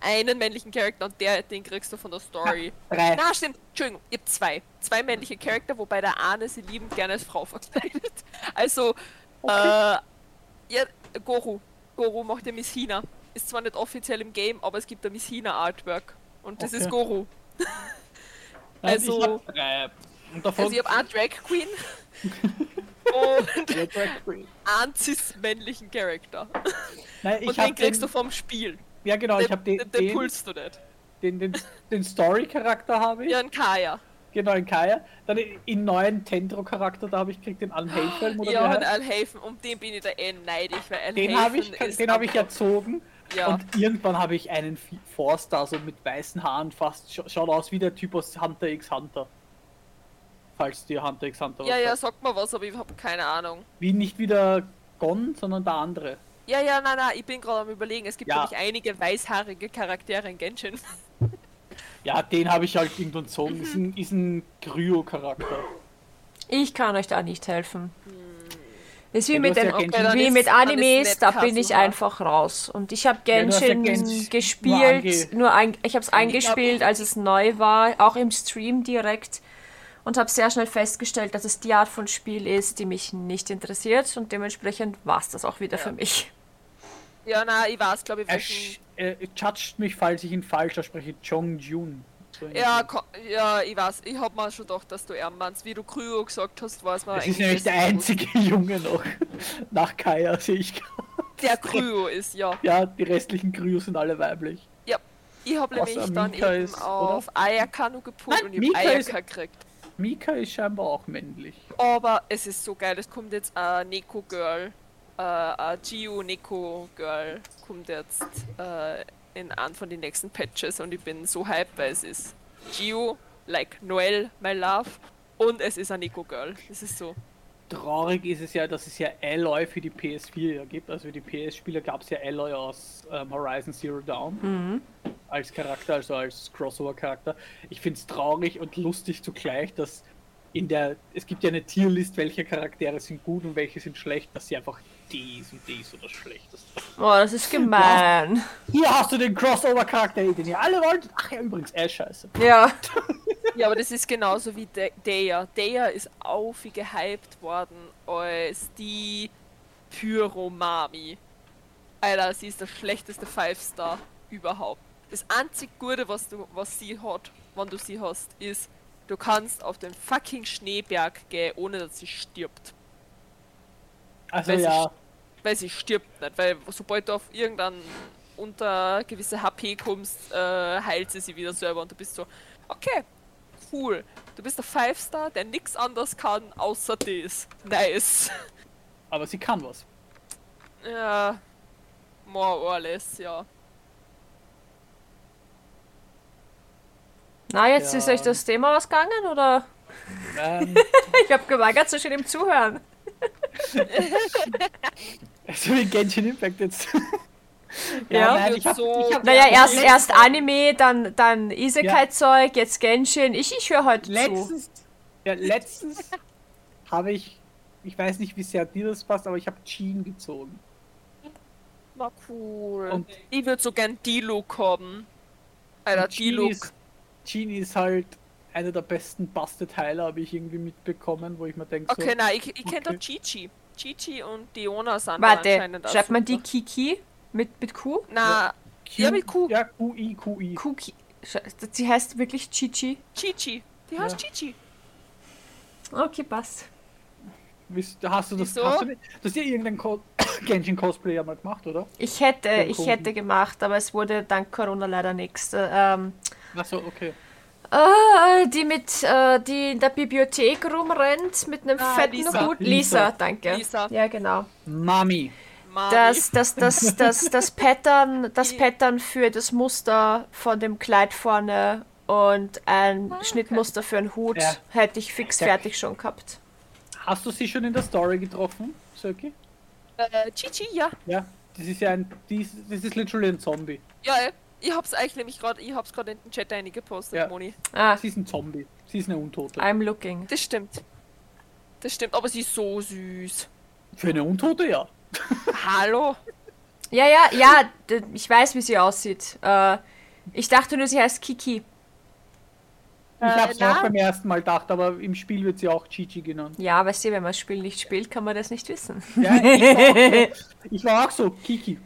B: Einen männlichen Charakter und der, den kriegst du von der Story.
C: Drei.
B: Na, stimmt. Entschuldigung, ihr habt zwei. Zwei männliche Charakter, wobei der eine sie liebend gerne als Frau verkleidet. Also, äh, ja, Goru. Goru macht ja Miss Hina. Ist zwar nicht offiziell im Game, aber es gibt ein Miss Hina Artwork. Und das
C: Okay.
B: ist Goru.
C: Nein,
B: also-
C: ich hab drei. Und davon
B: Also ich habe einen Drag Queen und
C: Ja, Drag Queen.
B: einen cis-männlichen Charakter.
C: Nein, ich
B: und
C: habe
B: den
C: den,
B: kriegst du vom Spiel.
C: ja genau, ich habe
B: den, den,
C: den,
B: den
C: den,
B: pulst du nicht.
C: den, den, den Story-Charakter habe ich,
B: Ja, ein Kaya.
C: genau in Kaya. Dann in, in neuen Tendro-Charakter, da habe ich gekriegt den Unhatefelm oder wie
B: Ja,
C: er
B: und
C: heißt.
B: Alhafen. Um den bin ich da eh neidisch, weil Alhafen
C: Den habe ich,
B: ist
C: den habe ich erzogen.
B: Ja.
C: Und irgendwann habe ich einen F- Forster, so mit weißen Haaren fast. Scha schaut aus wie der Typ aus Hunter x Hunter. Falls dir Hunter x Hunter
B: Ja,
C: was
B: ja,
C: sagt.
B: sag mal was, aber ich habe keine Ahnung.
C: Wie nicht wieder Gon, sondern der andere.
B: Ja, ja, nein, nein, ich bin gerade am überlegen. Es gibt
C: Ja.
B: nämlich einige weißhaarige Charaktere in Genshin. Mhm.
C: Ja, den habe ich halt irgendwann gezogen. Ist ein, ist ein Kryo-Charakter.
A: Ich kann euch da nicht helfen. Das ist wie
C: Ja, du
A: mit,
C: hast
A: den,
C: ja Genshin.
B: Okay,
A: wie
B: dann
A: mit
B: ist- dann ist
A: Animes, da
B: Netcastle
A: bin ich
B: da.
A: einfach raus. Und ich habe
C: Ja, du hast ja
A: Genshin
C: Genshin nur ange-
A: gespielt, nur ein, ich habe es eingespielt, als es neu war, auch im Stream direkt. Und habe sehr schnell festgestellt, dass es die Art von Spiel ist, die mich nicht interessiert. Und dementsprechend war es das auch wieder für mich.
B: Ja, na, ich weiß, glaube ich,
C: Er
B: welchen.
C: sch- äh, judged mich, falls ich ihn falsch ausspreche. Chong Jun. So in-
B: Ja, ko- ja, ich weiß, ich hab mal schon gedacht, dass du er meinst. Wie du Kryo gesagt hast, weiß man
C: Das ist nämlich der
B: dass du-
C: einzige Junge noch. Nach Kaya sehe ich. gerade.
B: Der Kryo ist, ja.
C: Ja, die restlichen Kryos sind alle weiblich.
B: Ich hab
C: Außer
B: nämlich dann
C: Mika
B: eben
C: ist, oder?
B: auf Eierkanu gepult
C: Nein,
B: und ich
C: Mika
B: hab
C: ist-
B: Eierka gekriegt.
C: Mika ist scheinbar auch männlich.
B: Aber es ist so geil, es kommt jetzt ein Neko Girl, äh, ein Gio Neko Girl kommt jetzt äh, in einem von den nächsten Patches und ich bin so hyped, weil es ist Gio, like Noel, my love und es ist ein Neko Girl. Es ist so.
C: Traurig ist es ja, dass es ja Alloy für die PS4 ja gibt. Also für die PS-Spieler gab es ja Alloy aus ähm, Horizon Zero Dawn als Charakter, also als Crossover-Charakter. Ich finde es traurig und lustig zugleich, dass in der es gibt ja eine Tierlist, welche Charaktere sind gut und welche sind schlecht, dass sie einfach dies und dies oder schlechteste.
A: Boah, Oh, das ist gemein.
C: Hier hast du den Crossover-Charakter, den ihr alle wollt. Ach ja, übrigens, äh, scheiße.
A: Ja.
B: Ja, aber das ist genauso wie De Deia. Deia ist aufgehypt worden als die Pyromami. Alter, sie ist der schlechteste Five-Star überhaupt. Das einzig Gute, was, du, was sie hat, wenn du sie hast, ist, du kannst auf den fucking Schneeberg gehen, ohne dass sie stirbt.
C: Also
B: Weil sie
C: ja,
B: Weil sie stirbt nicht, weil sobald du auf irgendein unter gewisse HP kommst, äh, heilt sie sie wieder selber und du bist so, okay, cool. Du bist der Five-Star, der nichts anderes kann, außer das. Nice.
C: aber sie kann was.
B: Ja, more or less, ja.
A: Na, jetzt
C: Ja.
A: ist euch das Thema ausgegangen, oder?
C: Ähm,
A: Ich habe geweigert, so schön im Zuhören.
C: so wie Genshin Impact jetzt.
A: Ja,
C: nein, ich hab,
B: so-
C: ich hab
A: Naja,
B: Ja,
A: erst,
B: letztens-
A: erst Anime, dann, dann Isekai-Zeug, jetzt Genshin. Ich, ich höre heute zu.
C: Letztens, ja, letztens habe ich, ich weiß nicht, wie sehr dir das passt, aber ich habe Jean gezogen.
B: War cool.
C: Und-
B: ich würde so gern D-Look haben. Alter,
C: Jean
B: D-Look.
C: ist, Jean ist halt einer der besten Bastelteile, habe ich irgendwie mitbekommen, wo ich mir denke,
B: Okay, nein, ich, ich kenne
C: Okay.
B: doch Chichi. Chichi und Diona sind da
A: Warte,
B: anscheinend auch
A: schreibt man die
B: super.
A: Kiki mit, mit Q?
B: Na,
C: so,
B: ja, mit Q.
C: Ja, QI, QI.
A: Kuki. Sche- Sie heißt wirklich Chichi.
B: Chichi. Die heißt Chichi.
A: Okay, passt.
C: Wisst- Hast du das,
B: Wieso?
C: hast du, nicht, das hast ja irgendein Co Genshin Cosplay ja mal gemacht, oder?
A: Ich hätte,
C: Ja,
A: ich
C: Kuki.
A: hätte gemacht, aber es wurde dank Corona leider nichts. Äh, Ähm,
C: Achso, okay.
A: äh, die mit, äh, die in der Bibliothek rumrennt mit einem
B: Ah,
A: fetten
B: Lisa.
A: Hut.
C: Lisa.
A: Lisa, Ah, danke.
B: Lisa.
A: Ja, genau.
C: Mami.
B: Mami.
A: Das, das, das, das, das Pattern, das
B: Die-
A: Pattern für das Muster von dem Kleid vorne und ein Schnittmuster für einen Hut
C: Ja.
A: hätte ich fix
C: Der-
A: fertig schon gehabt.
C: Hast du sie schon in der Story getroffen, Söki?
B: Äh, Chichi, ja.
C: Ja. Das ist ja ein, dies, das ist literally ein Zombie.
B: Ja, ey. ich hab's eigentlich nämlich gerade, ich hab's gerade in den Chat reingepostet,
C: Ja.
B: Moni.
A: Ah,
C: Sie ist ein Zombie. Sie ist eine Untote.
B: Ah.
A: I'm looking.
B: Das stimmt. Das stimmt, aber sie ist so süß.
C: Für eine Untote, ja.
B: Hallo?
A: Ja, ja, ja, d- ich weiß, wie sie aussieht. Äh, ich dachte nur, sie heißt Kiki.
C: Ich habe es
B: Äh, na?
C: auch beim ersten Mal gedacht, aber im Spiel wird sie auch Chichi genannt.
A: Ja, weißt du, wenn man das Spiel nicht spielt, kann man das nicht wissen.
C: Ja, ich, war auch so, ich war auch so, Kiki.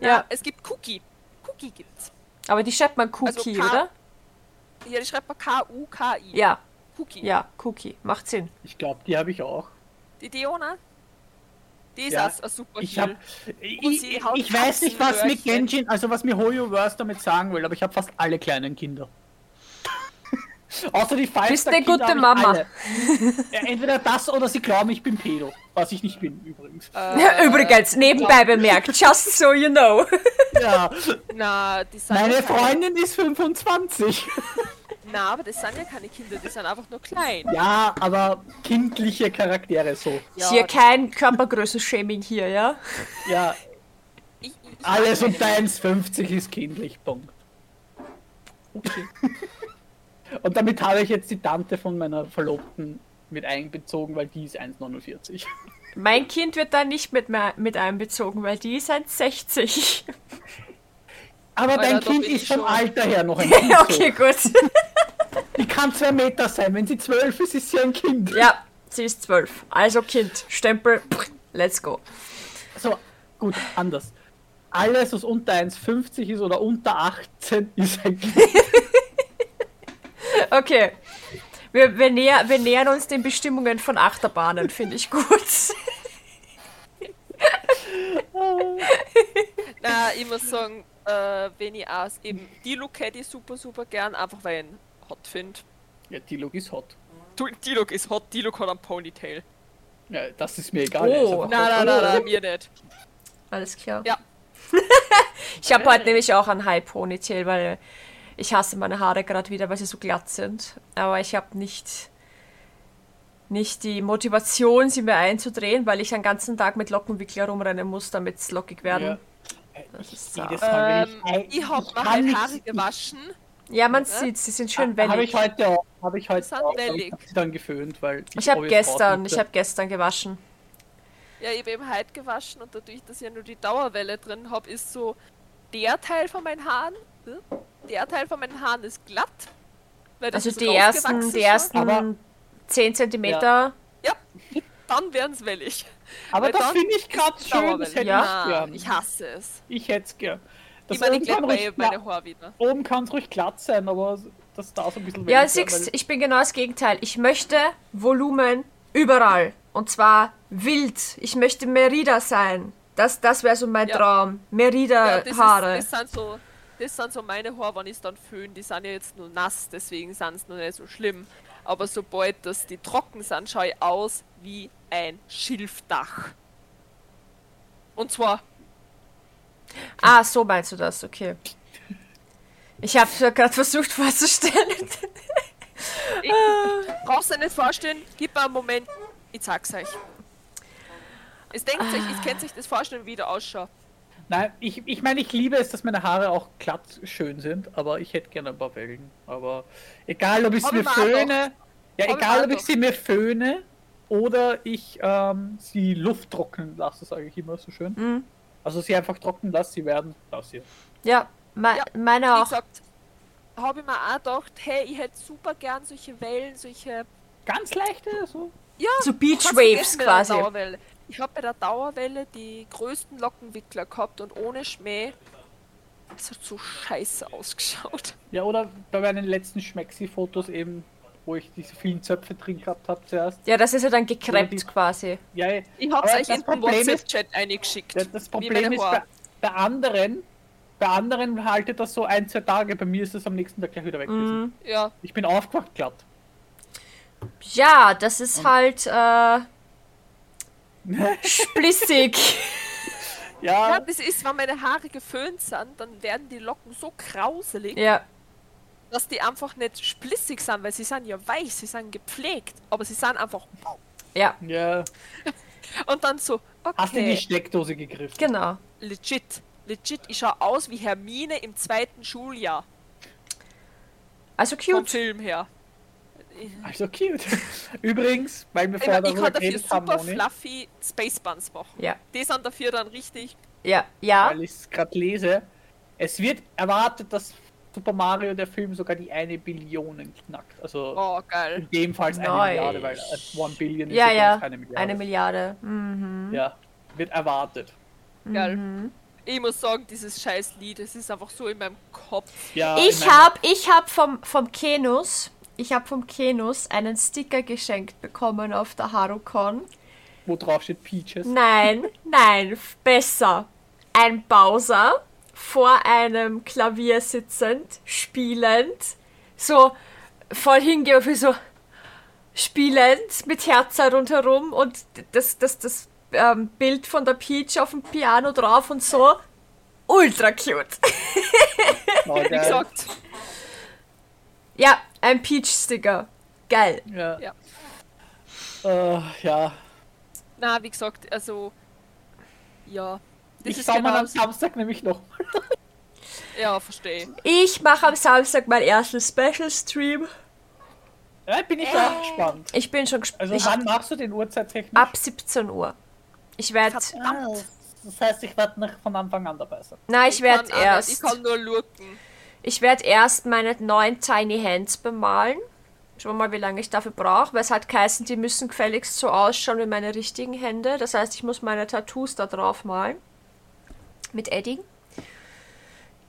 A: Ja,
B: Es gibt Cookie. Cookie gibt's.
A: aber die schreibt man Cookie,
B: K-
A: oder?
B: Ja, die schreibt man K-U-K-I.
A: Ja,
B: Cookie.
A: ja, Cookie. Macht Sinn.
C: Ich glaube, die habe ich auch.
B: Die Diona? Die ist
C: Ja.
B: auch ein super
C: Ich
B: Heel.
C: habe, ich,
B: Und sie
C: ich,
B: haut
C: ich weiß nicht, was mit
B: Katzenröhrchen.
C: Genshin, also was mir Hoyoverse damit sagen will, aber ich habe fast alle kleinen Kinder. Außer die Five
A: Bist
C: Star
A: eine
C: Kinder
A: gute
C: hab ich
A: Mama.
C: alle. Ja, entweder das oder sie glauben, ich bin Pedo, was ich nicht bin übrigens.
B: Äh,
A: Übrigens, nebenbei bemerkt, just so you know.
C: Ja,
B: Na, die sind ja
C: meine
B: keine-
C: Freundin ist 25.
B: Na, aber das sind ja keine Kinder, die sind einfach nur klein.
C: Ja, aber kindliche Charaktere so.
B: Ja,
A: Hier kein Körpergrößenshaming hier, ja?
C: Ja,
B: ich, ich, ich
C: Alles
B: mag
C: unter
B: keine-
C: 1,50 ist kindlich, Punkt. Und damit habe ich jetzt die Tante von meiner Verlobten mit einbezogen, weil die ist 1,49.
A: Mein Kind wird da nicht mit, mehr mit einbezogen, weil die ist 1,60.
C: Aber
B: Alter,
C: dein
B: doch
C: Kind
B: bin
C: ist
B: ich
C: vom
B: schon.
C: Alter her noch ein Kind.
A: okay, gut.
C: so. Die kann zwei Meter sein. Wenn sie zwölf ist, ist sie ein Kind.
A: Ja, sie ist 12. Also Kind, Stempel, pff, let's go.
C: So, gut, anders. Alles, was unter 1,50 ist oder unter 18, ist ein Kind.
A: Okay. Wir, wir, näher, wir nähern uns den Bestimmungen von Achterbahnen, finde ich gut.
B: Na, ich muss sagen, äh, wenn ich auch eben die Look hätte ich super, super gern, einfach weil ich ihn hot finde.
C: Ja, die Log ist hot.
B: Die Look ist hot, die Look hat einen Ponytail.
C: Ja, das ist mir egal. er
A: Oh,
C: ist einfach
B: Na, na,
C: hot.
B: na, na, mir nicht.
A: Alles klar.
B: Ja.
A: ich habe heute nämlich auch einen High Ponytail, weil ich hasse meine Haare gerade wieder, weil sie so glatt sind. Aber ich habe nicht, nicht die Motivation, sie mir einzudrehen, weil ich den ganzen Tag mit Lockenwickler rumrennen muss, damit es lockig werden.
C: Ja.
A: Das
C: Ich
A: ist
C: jedes
A: sauer.
C: Mal, wenn
B: Ähm,
C: ein-
B: ich habe
C: kann
B: meine
C: nicht-
B: Haare gewaschen.
A: Ja, man sieht, sie sind schön
C: Habe Ah, ich
A: wellig.
C: heute auch. Habe ich heute
B: Das hat
C: auch. aber Ich
B: wellig.
C: habe sie dann geföhnt, weil die
A: Ich habe
C: Obvious
A: gestern,
C: Braut
A: ich habe gestern gewaschen.
B: Ja, ich habe eben halt gewaschen und dadurch, dass ich ja nur die Dauerwelle drin habe, ist so der Teil von meinen Haaren, äh, der Teil von meinen Haaren ist glatt. Weil das
A: Also
B: ist
A: die ersten,
B: rausgewachsen
A: die
B: schon.
A: ersten
C: Aber-
A: 10 Zentimeter.
B: Dann werden es wellig.
C: Aber
B: Weil
C: das
B: dann
C: finde ich gerade schön. Das
B: Dauerwelle.
C: hätte
A: Ja.
C: ich
B: Nein,
C: gern.
B: ich hasse es.
C: Ich hätte es gern. Das
B: Ich meine, ich
C: oben kann
B: glaube
C: ruhig,
B: meine Haare wieder.
C: kla- oben kann's ruhig glatt sein, aber das darf so ein bisschen
A: Ja,
C: weniger,
A: siehst,
C: weil-
A: ich bin genau das Gegenteil. Ich möchte Volumen überall. Und zwar wild. Ich möchte Merida sein. Das, das wäre so mein
B: Ja.
A: Traum.
B: Ja,
A: Merida
B: das,
A: Äh, Haare.
B: Ist, das, sind so, das sind so meine Haare, wenn ich es dann föhne. Die sind ja jetzt nur nass, deswegen sind es noch nicht so schlimm. Aber sobald das die trocken sind, schaue ich aus wie ein Schilfdach. Und zwar,
A: ah, so meinst du das, okay. Ich habe es ja gerade versucht vorzustellen.
B: ich, brauchst du dir nicht vorstellen, gib mir einen Moment, ich zeig's euch. Es denkt sich, ich kann sich das vorstellen, wie der ausschaut.
C: Nein, ich, ich meine, ich liebe es, dass meine Haare auch glatt schön sind, aber ich hätte gerne ein paar Wellen. Aber egal, ob ich
B: Hab
C: sie mir
B: ich mir auch noch.
C: föhne, ja,
B: ich mir
C: egal,
B: auch
C: ob ich
B: noch.
C: sie mir föhne oder ich ähm, sie Luft trocknen lasse, sage ich immer so schön.
A: Mhm.
C: Also sie einfach trocknen lasse, sie werden das hier.
A: ja, me
B: Ja,
A: meine
B: Wie
A: auch.
B: gesagt, habe ich mir auch gedacht, hey, ich hätte super gern solche Wellen, solche
C: Ganz leichte, so.
B: Ja,
A: So Beach Waves
B: kannst vergessen mit der
A: quasi.
B: Dauerwelle. Ich habe bei der Dauerwelle die größten Lockenwickler gehabt und ohne Schmäh. Es hat so scheiße ausgeschaut.
C: Ja, oder bei meinen letzten Schmexi-Fotos eben, wo ich diese vielen Zöpfe drin gehabt habe zuerst.
A: Ja, das ist ja dann
C: Oder die-
A: gekreppt quasi.
C: Ja, ja.
B: Ich habe
C: Aber
B: euch
C: das
B: in den
C: Problem ist,
B: WhatsApp-Chat eingeschickt.
C: Ja, Das
B: Wie
C: Problem
B: meine
C: ist, bei,
B: Haare.
C: bei anderen, bei anderen haltet das so ein, zwei Tage, bei mir ist es am nächsten Tag gleich wieder weg gewesen.
B: Ja,
C: Ich bin aufgewacht, glatt.
A: Ja, das ist halt äh, splissig.
B: ja,
C: Ja,
B: das ist, wenn meine Haare geföhnt sind, dann werden die Locken so krauselig,
A: ja.
B: dass die einfach nicht splissig sind, weil sie sind ja weich, sie sind gepflegt, aber sie sind einfach
A: Ja,
C: ja.
B: und dann so, okay.
C: Hast du in die Steckdose gegriffen?
A: genau.
B: legit, legit, ich schaue aus wie Hermine im zweiten Schuljahr.
A: Also
B: Vom
A: cute.
B: Film her.
C: Also cute. Übrigens, weil wir
B: Ich,
C: vorher
B: mein, ich
C: darüber
B: kann dafür
C: geredet
B: super
C: haben, Moni,
B: fluffy Space Buns machen.
A: Ja,
B: Die sind dafür dann richtig.
A: ja, ja.
C: weil ich es gerade lese, es wird erwartet, dass Super Mario der Film sogar die eine Billionen knackt. Also
B: Oh, geil.
C: in dem Fall eine
A: Nice.
C: Milliarde, weil äh, One Billion
A: Ja, ja.
C: keine Milliarde. Hm.
A: Eine Milliarde. Mhm.
C: Ja, wird erwartet. Mhm.
B: geil. Ich muss sagen, dieses scheiß Lied, es ist einfach so in meinem Kopf.
C: Ja,
A: Ich
C: meine-
A: habe ich hab vom, vom Kenus, ich habe vom Kenus einen Sticker geschenkt bekommen auf der Harucon.
C: Wo drauf steht Peaches.
A: Nein, nein, f- besser. Ein Bowser vor einem Klavier sitzend, spielend, so voll hingeworfen, so spielend mit Herz rundherum und das, das, das ähm, Bild von der Peach auf dem Piano drauf und so. Ultra cute.
C: Oh,
B: Wie
C: geil.
B: gesagt,
A: Ja, ein Peach-Sticker. Geil.
C: Ja.
B: Ja.
C: Äh, ja.
B: na, wie gesagt, also. Ja. Das
C: ich
B: ist
C: schau mal
B: genau.
C: am Samstag nämlich noch.
B: Ja, verstehe.
A: Ich mache am Samstag meinen ersten Special-Stream.
C: Ja, bin ich auch gespannt.
A: Ich bin schon gespannt.
C: Also
A: Ich-
C: wann machst du den Uhrzeittechnisch?
A: Ab 17 Uhr. Ich werde.
C: Ah, das heißt, ich werde nicht von Anfang an dabei sein.
A: Nein, ich werde
B: kann auch nicht,
A: erst.
B: Ich kann nur lurken.
A: Ich werde erst meine neuen Tiny Hands bemalen. Schauen wir mal, wie lange ich dafür brauche, weil es hat geheißen, die müssen gefälligst so ausschauen wie meine richtigen Hände. Das heißt, ich muss meine Tattoos da drauf malen. Mit Edding.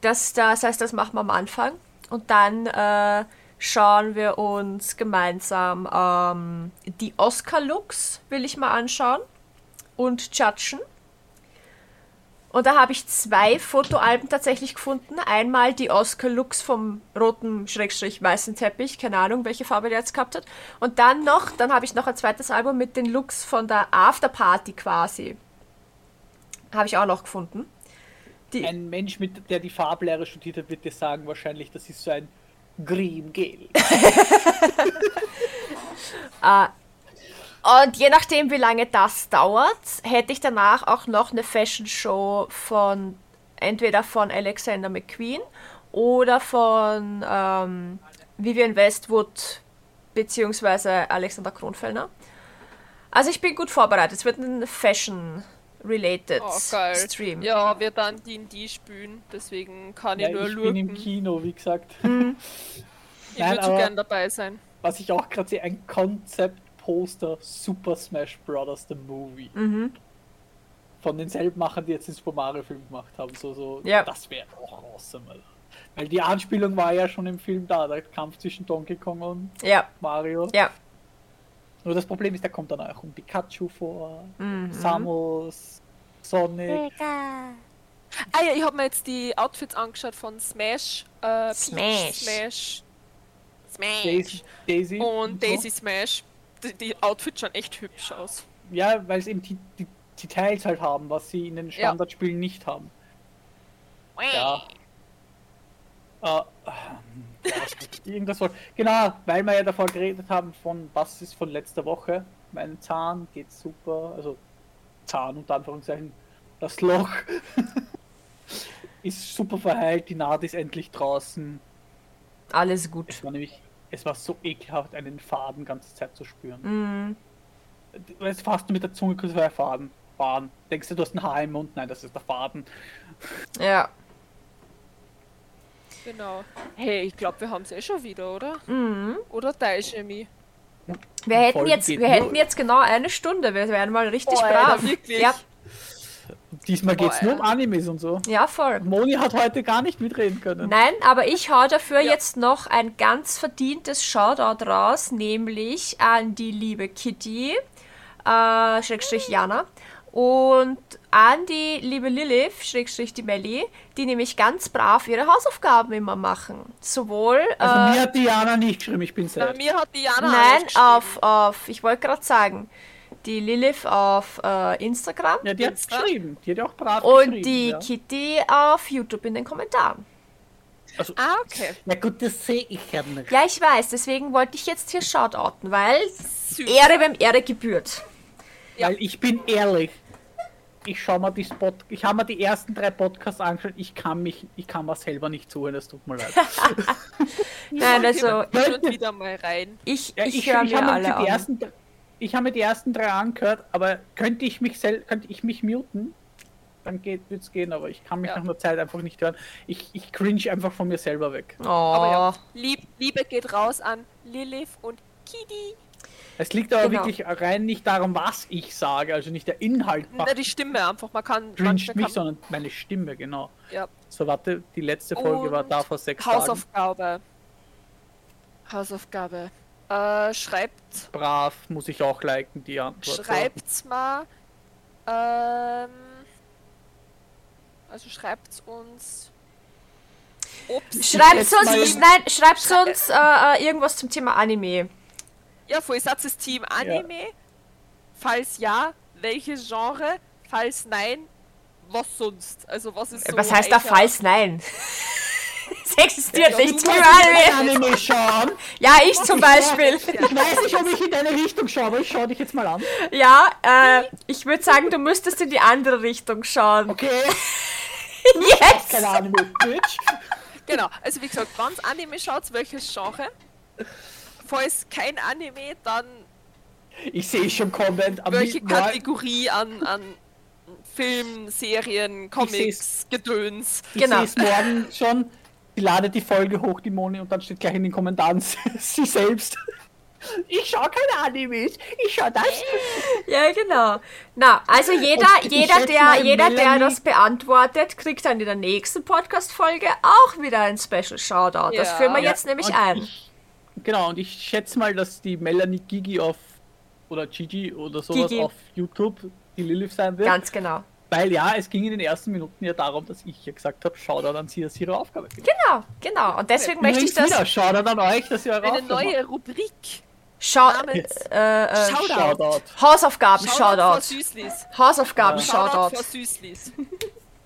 A: Das, das heißt, das machen wir am Anfang. Und dann äh, schauen wir uns gemeinsam ähm, die Oscar-Looks, will ich mal anschauen. Und judgen. Und da habe ich zwei Fotoalben tatsächlich gefunden. Einmal die Oscar Lux vom roten, schrägstrich, weißen Teppich. Keine Ahnung, welche Farbe der jetzt gehabt hat. Und dann noch, dann habe ich noch ein zweites Album mit den Looks von der Afterparty quasi. Habe ich auch noch gefunden. Die,
C: Ein Mensch, mit der die Farblehre studiert hat, wird dir sagen, wahrscheinlich, das ist so ein Green Gel.
A: Und je nachdem, wie lange das dauert, hätte ich danach auch noch eine Fashion Show von entweder von Alexander McQueen oder von ähm, Vivian Westwood beziehungsweise Alexander Kronfellner. Also ich bin gut vorbereitet. Es wird ein Fashion-related
B: Oh, geil.
A: Stream.
B: Ja, wir dann die in die spielen, deswegen kann
C: Ja,
B: ich nur
C: ich bin im
B: lurken. Ich
C: Kino, wie gesagt. Nein,
B: würde so
C: aber-
B: gern dabei sein.
C: Was ich auch gerade sehe, ein Concept-Poster Super Smash Bros. The Movie. Von denselben Machern, die jetzt den Super Mario Film gemacht haben. So, so,
A: Ja.
C: das wäre auch awesome, Alter. Weil die Anspielung war ja schon im Film da, der Kampf zwischen Donkey Kong und
A: Ja,
C: Mario.
A: ja.
C: Nur das Problem ist, da kommt dann auch ein Pikachu vor, Samus, Sonic.
B: Ah ja, ich habe mir jetzt die Outfits angeschaut von Smash. Äh, Peach
A: Smash.
B: Smash. Smash.
C: Daisy, Daisy
B: Und
C: so.
B: Daisy Smash. Die, die Outfits schauen echt hübsch aus.
C: Ja, weil es eben die, die Details halt haben, was sie in den Standardspielen nicht haben. Ja. Äh, ähm, irgendwas wollte. Genau, weil wir ja davor geredet haben von was ist von letzter Woche. Mein Zahn geht super, also Zahn unter Anführungszeichen, das Loch ist super verheilt, die Naht ist endlich draußen.
A: Alles gut.
C: Es war nämlich, es war so ekelhaft, einen Faden ganze Zeit zu spüren.
A: Mm,
C: Weißt du, fast du mit der Zunge kurz war der Faden. Faden. Denkst du, du hast ein Haar im Mund? Nein, das ist der Faden.
A: ja.
B: Genau. Hey, ich glaube, wir haben es eh schon wieder, oder?
A: Mhm.
B: Oder Teilchemie.
A: Wir
C: Die
A: hätten,
C: Folge
A: jetzt,
C: geht
A: wir hätten
C: null.
A: jetzt genau eine Stunde. Wir wären mal richtig
B: Boah, Alter,
A: brav.
B: wirklich.
A: Ja,
C: Diesmal geht's
B: Boah,
C: nur um Animes und so.
A: ja, voll.
C: Moni hat heute gar nicht mitreden können.
A: Nein, aber ich hau dafür jetzt noch ein ganz verdientes Shoutout raus, nämlich an die liebe Kitty, äh, Schrägstrich
C: Mhm.
A: Jana, und an die liebe Lilith, Schrägstrich die Melli, die nämlich ganz brav ihre Hausaufgaben immer machen. Sowohl.
C: Also
A: äh,
C: mir hat Diana nicht geschrieben, ich bin
B: Bei
C: sad.
B: mir hat Diana
A: nein,
B: alles
A: auf, auf. Ich wollte gerade sagen, die Lilith auf äh, Instagram
C: Ja, die hat
B: Insta.
C: geschrieben. Die hat ja auch brav
A: ne? und
C: geschrieben.
A: die
C: ja.
A: Kitty auf YouTube in den Kommentaren.
B: geschrieben. Ah, okay.
D: Na gut, das sehe ich ja nicht.
A: Ja, ich weiß, deswegen wollte ich jetzt hier Shoutouten, weil
B: Süß.
A: Ehre, wem Ehre gebührt.
C: Weil ich bin ehrlich. Ich schau mal die Spot, ich habe mir die ersten drei Podcasts angeschaut. Ich kann mich, ich kann mir selber nicht zuhören, das tut mir leid.
A: Nein, also
B: Ich höre wieder mal rein.
A: ich,
C: Ja,
A: ich,
C: ich
A: höre
C: ich
A: mir
C: habe mir
A: alle
C: die
A: an.
C: ersten, ich habe mir die ersten drei angehört, aber könnte ich mich sel könnte ich mich muten, dann geht wird's gehen, aber ich kann mich
B: Ja.
C: nach einer Zeit einfach nicht hören. Ich, ich cringe einfach von mir selber weg.
A: Oh,
B: Aber ja, Lieb, Liebe geht raus an Lilith und Kitty.
C: Es liegt aber
A: Genau.
C: wirklich rein nicht darum, was ich sage, also nicht der Inhalt
B: Na,
C: macht
B: die Stimme einfach. Man kann.
C: cringe mich,
B: kann,
C: sondern meine Stimme, genau.
B: ja.
C: So warte, die letzte Folge war
B: Und
C: da vor sechs Tagen.
B: Hausaufgabe. Hausaufgabe. Äh, schreibt,
C: Brav, muss ich auch liken, die Antwort.
B: schreibt's mal. Ähm, also schreibt's uns. Ob's
A: Schreibt
C: Jetzt mal-
A: uns, nein, schreibt uns äh, äh, irgendwas zum Thema Anime.
B: Ja, voll Satz ist Team Anime. Falls ja, welches Genre? Falls nein, was sonst? Also was ist so
A: Äh, Was heißt da
B: euer-
A: falls nein? es existiert
B: Ja,
A: nichts
B: du
A: mit
B: weißt
C: Ich
A: Anime.
C: Anime schauen.
A: Ja, ich zum Beispiel.
C: Ich weiß nicht, ob ich in deine Richtung schaue, aber ich schaue dich jetzt mal an.
A: Ja, äh, ich würde sagen, du müsstest in die andere Richtung schauen.
C: Okay,
A: Yes!
C: keine Anime, Bitch.
B: Genau, also wie gesagt, wann's Anime schaut, welches Genre? falls kein Anime, dann
C: Ich sehe schon Comment am
B: welche
C: Morgen.
B: Kategorie an, an Film, Serien, Comics, Gedöns.
C: Ich
A: Genau.
C: sehe es morgen schon. Sie ladet die Folge hoch, die Moni, und dann steht gleich in den Kommentaren sie selbst. Ich schaue keine Animes, ich schaue das.
A: Ja, genau. Na, also jeder,
C: Und ich
A: jeder,
C: schätze
A: der,
C: mal,
A: jeder der
C: Melanie-
A: das beantwortet, kriegt dann in der nächsten Podcast-Folge auch wieder ein Special Shoutout. Das
B: Ja.
A: führen wir
B: Ja,
A: jetzt nämlich
C: und
A: ein.
C: Ich, genau, und ich schätze mal, dass die Melanie Gigi auf oder Gigi oder sowas
A: Gigi.
C: auf YouTube die Lilith sein wird.
A: Ganz genau.
C: Weil ja, es ging in den ersten Minuten ja darum, dass ich ja gesagt habe, Shoutout an sie, dass sie ihre Aufgabe gibt.
A: Genau, genau. Und deswegen möchte ich
C: Übrigens
A: das.
C: Wieder, Shoutout an euch, dass ihr eure
B: Eine
C: Aufgabe macht.
B: neue Rubrik
A: Schau,
B: namens
A: äh, äh,
B: Shoutout.
C: Shoutout
A: Hausaufgaben
B: Shoutout für
A: Shoutout.
B: Süßlis.
A: Hausaufgaben
B: Shoutout
A: Shoutout.
B: für Süßlis.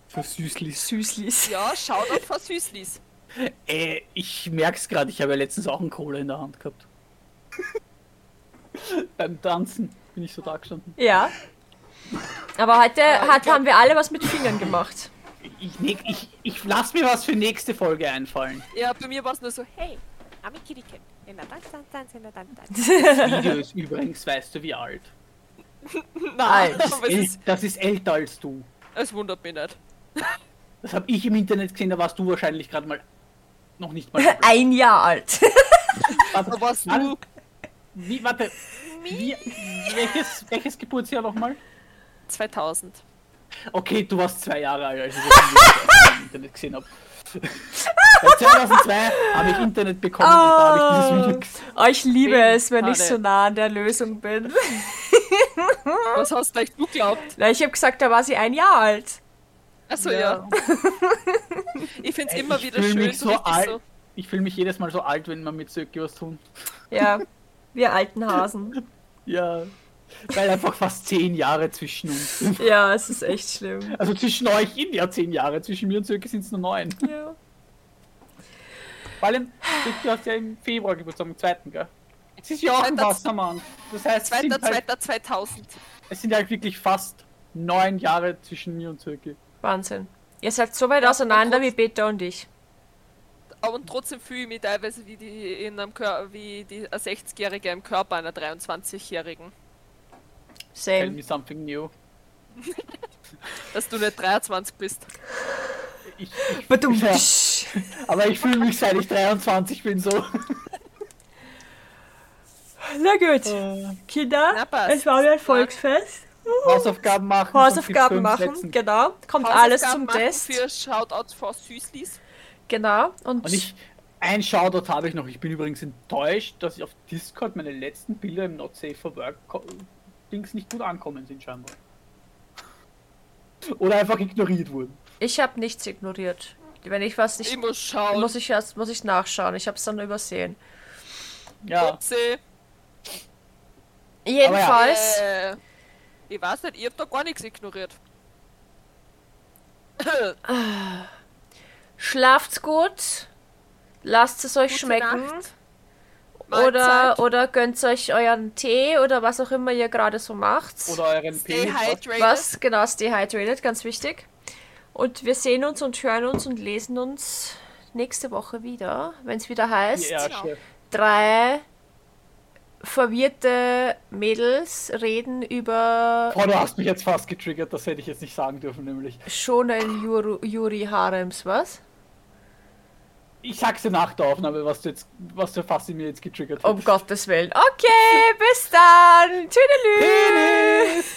C: für Süßlis.
A: Süßlis.
B: Ja, Shoutout für Süßlis.
C: Äh, ich merk's gerade, ich habe ja letztens auch einen Cola in der Hand gehabt. Beim Tanzen bin ich so da gestanden.
A: Ja. Aber heute hat,
B: glaub-
A: haben wir alle was mit Fingern gemacht.
C: Ich, ne- ich, ich lass mir was für nächste Folge einfallen.
B: Ja, bei mir war es nur so, hey,
E: Ami Kiriken. En dat dans, dans, dans, en dat dans, dans.
C: Das Video ist übrigens, weißt du wie alt?
B: nein,
A: Alt.
B: aber es,
C: El-
B: ist,
C: das ist älter als du.
B: es wundert mich nicht.
C: Das habe ich im Internet gesehen, da warst du wahrscheinlich gerade mal noch nicht mal.
A: Ein Jahr alt.
B: Da warst
C: wann-
B: du
C: Wie, warte. Wie, welches, welches Geburtsjahr nochmal?
B: 2000.
C: Okay, du warst zwei Jahre alt, als ich das Video im Internet gesehen habe. 2002 habe ich Internet bekommen und da habe ich dieses Video gesehen.
A: Oh, ich liebe es, wenn ich
B: Schade.
A: so nah an der Lösung bin.
B: Was hast gleich du glaubt?
A: Na, ich habe gesagt, da war sie ein Jahr alt.
B: Achso, ja. Ich find's immer
C: ich
B: wieder
C: fühl
B: schön.
C: mich so
B: richtig
C: alt. Ich fühle mich jedes Mal so alt, wenn man mit Söki was tun.
A: Ja, wir alten Hasen.
C: Ja. Weil einfach fast zehn Jahre zwischen uns. sind.
A: Ja, es ist echt schlimm.
C: Also zwischen euch in ja zehn Jahre, zwischen mir und Söki sind es nur neun.
A: Ja.
C: Vor allem, Söki, du hast ja im Februar Geburtstag, am zweiten, gell? Es ist ja auch ein
B: Zweiter-
C: Wassermann. Das heißt, es
B: Zweiter,
C: sind, halt,
B: zweiter, 2000.
C: es sind halt wirklich fast neun Jahre zwischen mir und
B: Ähm.
C: Söki.
A: Wahnsinn. Ihr seid so weit
B: Ja,
A: auseinander
B: und
A: wie Peter und ich.
B: Aber und trotzdem fühle ich mich teilweise wie die in einem Kör wie die ein 60-Jährige im Körper einer 23-Jährigen.
C: Tell
A: Same.
C: me something new.
B: Dass du nicht 23 bist.
C: Ich,
A: Badum.
C: Ja. aber ich fühle mich, seit ich 23 bin, so.
A: Na gut,
B: Na
A: Kinder,
B: passt.
A: es war mir ein Volksfest.
C: Hausaufgaben machen.
A: Hausaufgaben
C: sonst
A: machen,
C: gibt's fünf Fetzen.
A: genau. Kommt alles
B: Hausaufgaben
A: zum
B: machen
A: Test.
B: Für Shoutouts for Süßlis.
A: Genau. Und,
C: Und ich, ein Shoutout habe ich noch. Ich bin übrigens enttäuscht, dass ich auf Discord meine letzten Bilder im Not Safe for Work Co- Dings nicht gut ankommen sind, scheinbar. Oder einfach ignoriert wurden.
A: ich habe nichts ignoriert. Wenn ich was
B: Ich
A: nicht.
B: muss schauen.
A: Muss ich erst muss ich nachschauen. Ich habe es dann übersehen.
C: Ja,
B: Upsi.
A: Jedenfalls.
B: Äh, ich weiß nicht, ich hab da gar nichts ignoriert.
A: Schlaft's gut. Lasst es euch
B: Gute
A: schmecken.
B: Nacht.
A: Oder,
B: Mahlzeit.
A: oder gönnt euch euren Tee oder was auch immer ihr gerade so macht.
C: oder euren
B: Stay
C: Penis.
B: hydrated.
A: was genau ist dehydrated, ganz wichtig. Und wir sehen uns und hören uns und lesen uns nächste Woche wieder, wenn es wieder heißt.
C: Ja,
B: Genau.
C: Chef.
A: Drei verwirrte Mädels reden über
C: Oh, du hast mich jetzt fast getriggert, das hätte ich jetzt nicht sagen dürfen, nämlich.
A: Shonen Yuri, Yuri Harems, was?
C: Ich sag's dir nach der Aufnahme, was du jetzt, was du fast
A: Oh
C: in mir jetzt getriggert hast.
A: Um Gottes Willen. Okay, bis dann. Tüdelü.
C: Penis!